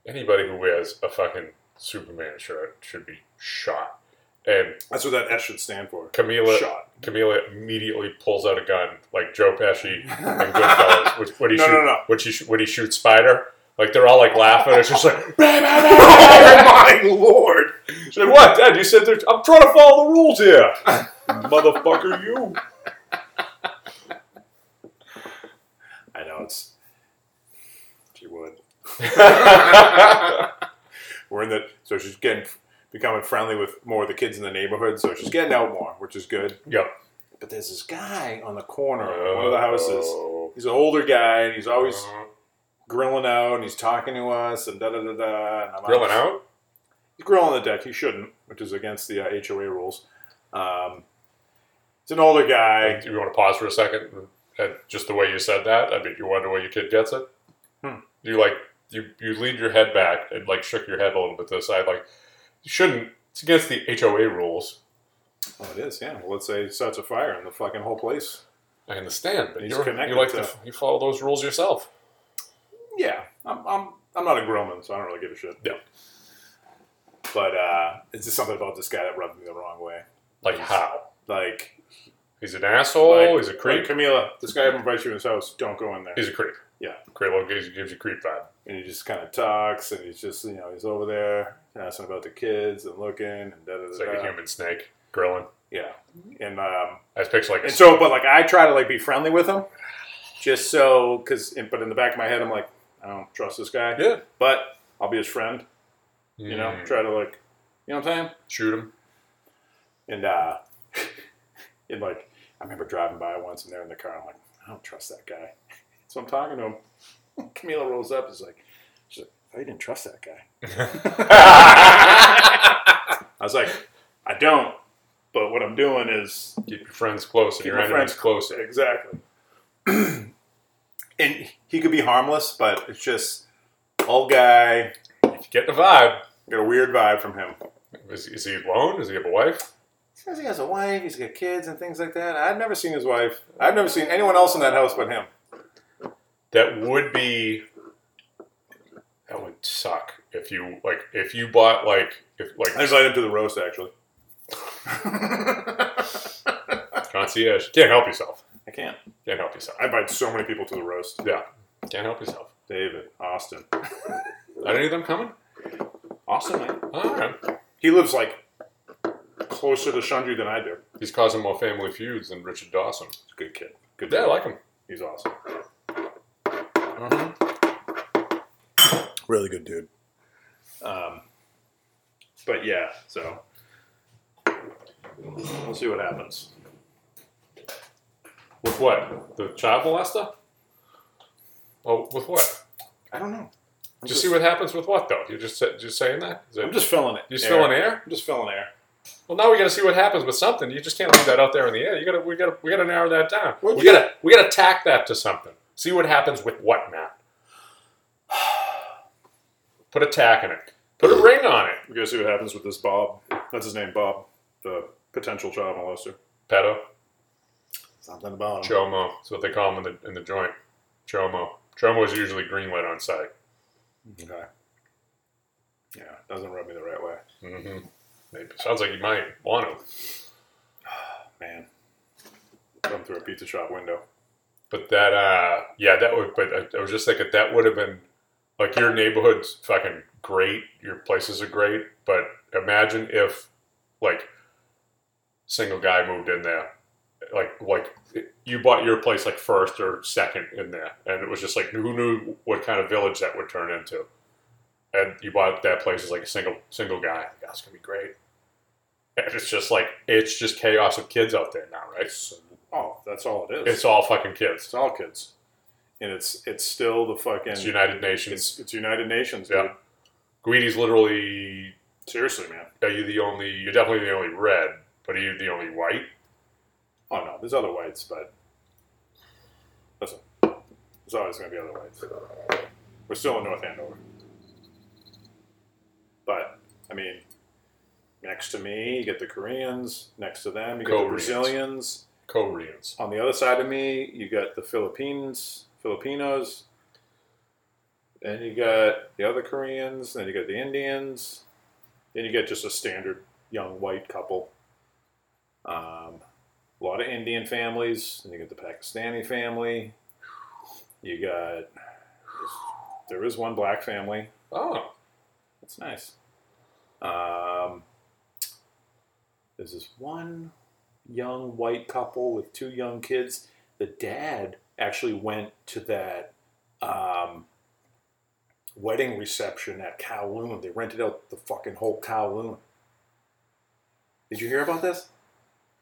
Speaker 3: anybody who wears a fucking Superman shirt should be shot. And
Speaker 2: That's what that S should stand for.
Speaker 3: Camila,
Speaker 2: Shot.
Speaker 3: Camila immediately pulls out a gun, like Joe Pesci and Goodfellas. which, when he
Speaker 2: No,
Speaker 3: shoot,
Speaker 2: no, no.
Speaker 3: When, she, when he shoots Spider, like they're all like laughing. It's just like,
Speaker 2: oh my lord!
Speaker 3: she's like, what, Dad? You said there's- I'm trying to follow the rules here, motherfucker. You.
Speaker 2: I know it's. She would. We're in the so she's getting becoming friendly with more of the kids in the neighborhood, so she's getting out more, which is good.
Speaker 3: yep.
Speaker 2: But there's this guy on the corner of one of the houses.
Speaker 3: Oh.
Speaker 2: He's an older guy, and he's always grilling out, and he's talking to us, and da da da da. and I'm
Speaker 3: grilling out.
Speaker 2: He's grilling the deck. He shouldn't, which is against the uh, HOA rules. Um, he's an older guy.
Speaker 3: Do you want to pause for a second? And just the way you said that, I mean, you wonder where your kid gets it.
Speaker 2: Hmm.
Speaker 3: You like you you leaned your head back and like shook your head a little bit to the side, like you shouldn't. It's against the HOA rules.
Speaker 2: Oh, it is. Yeah. Well, let's say it starts a fire in the fucking whole place.
Speaker 3: I understand, but
Speaker 2: He's
Speaker 3: you're,
Speaker 2: connected
Speaker 3: you like
Speaker 2: to-
Speaker 3: the, you follow those rules yourself.
Speaker 2: Yeah, I'm, I'm, I'm not a grillman, so I don't really give a shit.
Speaker 3: Yeah.
Speaker 2: But uh, it's just something about this guy that rubbed me the wrong way.
Speaker 3: Like
Speaker 2: Yes.
Speaker 3: how?
Speaker 2: Like,
Speaker 3: He's an asshole.
Speaker 2: like-
Speaker 3: Oh, he's a creep.
Speaker 2: like, Camila, this guy invites you in his house. Don't go in there.
Speaker 3: he's a creep.
Speaker 2: Yeah.
Speaker 3: creep. Well, gives, gives you creep vibe.
Speaker 2: and he just kind of talks, and he's just, you know, he's over there asking about the kids and looking and da da
Speaker 3: It's
Speaker 2: da.
Speaker 3: like a
Speaker 2: da.
Speaker 3: human snake grilling.
Speaker 2: Yeah. And um,
Speaker 3: I just picture like a
Speaker 2: And so, but like I try to like be friendly with him, just so because. But in the back of my head, I'm like, I don't trust this guy.
Speaker 3: yeah.
Speaker 2: But I'll be his friend. You know,
Speaker 3: Mm.
Speaker 2: try to like, you know what I'm saying?
Speaker 3: shoot him.
Speaker 2: And uh, and like I remember driving by once, and they're in the car. I'm like, I don't trust that guy. So I'm talking to him. Camila rolls up. Is like, she's like, I didn't trust that guy. I was like, I don't. But what I'm doing is
Speaker 3: Keep your friends close and
Speaker 2: Keep
Speaker 3: your
Speaker 2: my
Speaker 3: enemies
Speaker 2: friends
Speaker 3: closer.
Speaker 2: Exactly. and he could be harmless, but it's just old guy.
Speaker 3: If you get the vibe,
Speaker 2: Got a weird vibe from him.
Speaker 3: is, is he alone? Does he have a wife?
Speaker 2: Says he has a wife. He's got kids and things like that. I've never seen his wife. I've never seen anyone else in that house but him.
Speaker 3: That would be. That would suck if you like if you bought like if
Speaker 2: I
Speaker 3: like
Speaker 2: invited him to the roast actually.
Speaker 3: concierge. Can't help yourself.
Speaker 2: I can't.
Speaker 3: Can't help yourself.
Speaker 2: I invite so many people to the roast.
Speaker 3: Yeah. Can't help yourself.
Speaker 2: David, Austin,
Speaker 3: Are any of them coming?
Speaker 2: Austin. Man.
Speaker 3: All right.
Speaker 2: He lives like closer to Shunju than I do.
Speaker 3: He's causing more family feuds than Richard Dawson.
Speaker 2: He's a good kid. Good.
Speaker 3: Yeah, I
Speaker 2: dude.
Speaker 3: like him.
Speaker 2: He's awesome.
Speaker 3: Mhm.
Speaker 2: Mm-hmm. Really good dude. Um, but yeah, so we'll see what happens.
Speaker 3: With what? The child molester? Oh, with what?
Speaker 2: I don't know. I'm
Speaker 3: Just see what happens with what though. You're just sa- just saying that? Is it-
Speaker 2: I'm just filling it.
Speaker 3: you're still in air?
Speaker 2: I'm just filling air.
Speaker 3: Well, now we got to see what happens with something. You just can't leave that out there in the air. You got to, we got to, we got to narrow that down.
Speaker 2: Well,
Speaker 3: we
Speaker 2: yeah.
Speaker 3: got to, we got to tack that to something. See what happens with what, Matt. Put a tack in it. Put a ring on it.
Speaker 2: We're gonna see what happens with this Bob. That's his name, Bob, the potential child molester.
Speaker 3: Pedo,
Speaker 2: Something about
Speaker 3: chomo. That's what they call him in the in the joint. Chomo. Chomo is usually green light on site.
Speaker 2: Okay. Yeah, doesn't rub me the right way,
Speaker 3: hmm Maybe. Sounds like you might want to.
Speaker 2: man. Come through a pizza shop window.
Speaker 3: But that, uh, yeah, that would. But I, I was just thinking that would have been like your neighborhood's fucking great. Your places are great, but imagine if like single guy moved in there, like like you bought your place like first or second in there, and it was just like who knew what kind of village that would turn into. and you bought that place as like a single single guy. That's gonna be great. And it's just like it's just chaos of kids out there now, right?
Speaker 2: Oh, that's all it is.
Speaker 3: It's all fucking kids.
Speaker 2: It's all kids, and it's it's still the fucking
Speaker 3: It's United Nations.
Speaker 2: It's, it's United Nations. Dude.
Speaker 3: Yeah. Guidi's literally.
Speaker 2: Seriously, man.
Speaker 3: Are you the only? You're definitely the only red, but are you the only white?
Speaker 2: Oh no, there's other whites, but listen, there's always going to be other whites. We're still in North Andover, but I mean, next to me you get the Koreans. Next to them you get the
Speaker 3: Koreans.
Speaker 2: Brazilians.
Speaker 3: Koreans.
Speaker 2: On the other side of me you got the Philippines, Filipinos. Then you got the other Koreans. Then you got the Indians. Then you get just a standard young white couple. Um, a lot of Indian families. And you get the Pakistani family. You got there is one black family.
Speaker 3: Oh,
Speaker 2: That's nice. Um, there's this one young white couple with two young kids. The dad actually went to that um, wedding reception at Kowloon. They rented out the fucking whole Kowloon. Did you hear about this?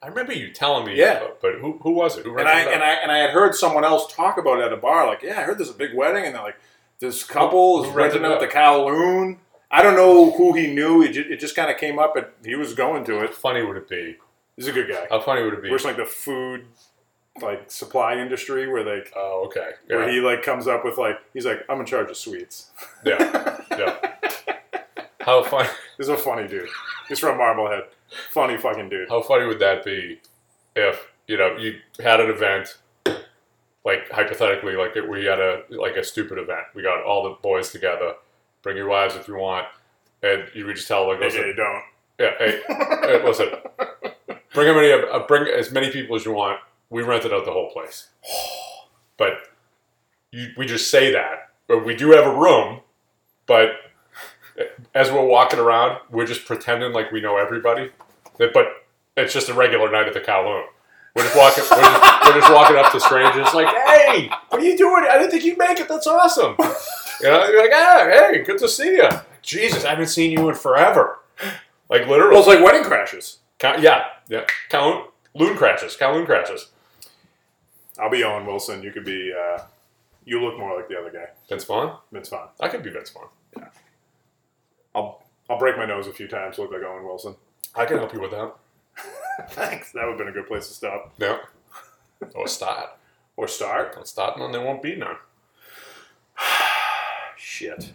Speaker 3: I remember you telling me.
Speaker 2: Yeah.
Speaker 3: about- but who who was it? Who
Speaker 2: and
Speaker 3: rented
Speaker 2: I
Speaker 3: it out?
Speaker 2: and I and I had heard someone else talk about it at a bar. Like, yeah, I heard there's a big wedding, and they're like, this couple is
Speaker 3: Who rented
Speaker 2: renting out the
Speaker 3: it?
Speaker 2: Kowloon. I don't know who he knew. It, ju- it just kind of came up, and he was going to it.
Speaker 3: How funny would it be?
Speaker 2: He's a good guy.
Speaker 3: How funny would it be?
Speaker 2: Works in, like the food, like supply industry, where like
Speaker 3: oh, okay.
Speaker 2: where
Speaker 3: Yeah.
Speaker 2: he like comes up with like he's like, I'm in charge of sweets.
Speaker 3: yeah. yeah. How funny?
Speaker 2: He's a funny dude. He's from Marblehead. Funny fucking dude.
Speaker 3: How funny would that be if you know you had an event, like hypothetically, like it- we had a like a stupid event. We got all the boys together. Bring your wives if you want, and you would just tell like
Speaker 2: AKA
Speaker 3: listen,
Speaker 2: don't.
Speaker 3: yeah, hey, hey, listen, bring how many, uh, bring as many people as you want. We rented out the whole place, but you, we just say that, but we do have a room, but. As we're walking around, we're just pretending like we know everybody. That- But it's just a regular night at the Kowloon. We're just walking. We're just, we're just walking up to strangers, like, "Hey, what are you doing? I didn't think you'd make it. That's awesome." You know, you're like, "Ah, hey, good to see you." Jesus, I haven't seen you in forever. Like literally,
Speaker 2: Well, it's like wedding crashes.
Speaker 3: Cow- Uh, yeah, yeah. Kowloon loon crashes. Kowloon crashes.
Speaker 2: I'll be Owen Wilson. You could be. uh You look more like the other guy.
Speaker 3: Vince Vaughn.
Speaker 2: It's fine.
Speaker 3: I could be Vince Vaughn.
Speaker 2: I'll I'll break my nose a few times. Look like Owen Wilson.
Speaker 3: I can help you with that.
Speaker 2: Thanks. That would have been a good place to stop
Speaker 3: Yeah. Or start.
Speaker 2: or start.
Speaker 3: Don't start, and then there won't be none.
Speaker 2: Shit.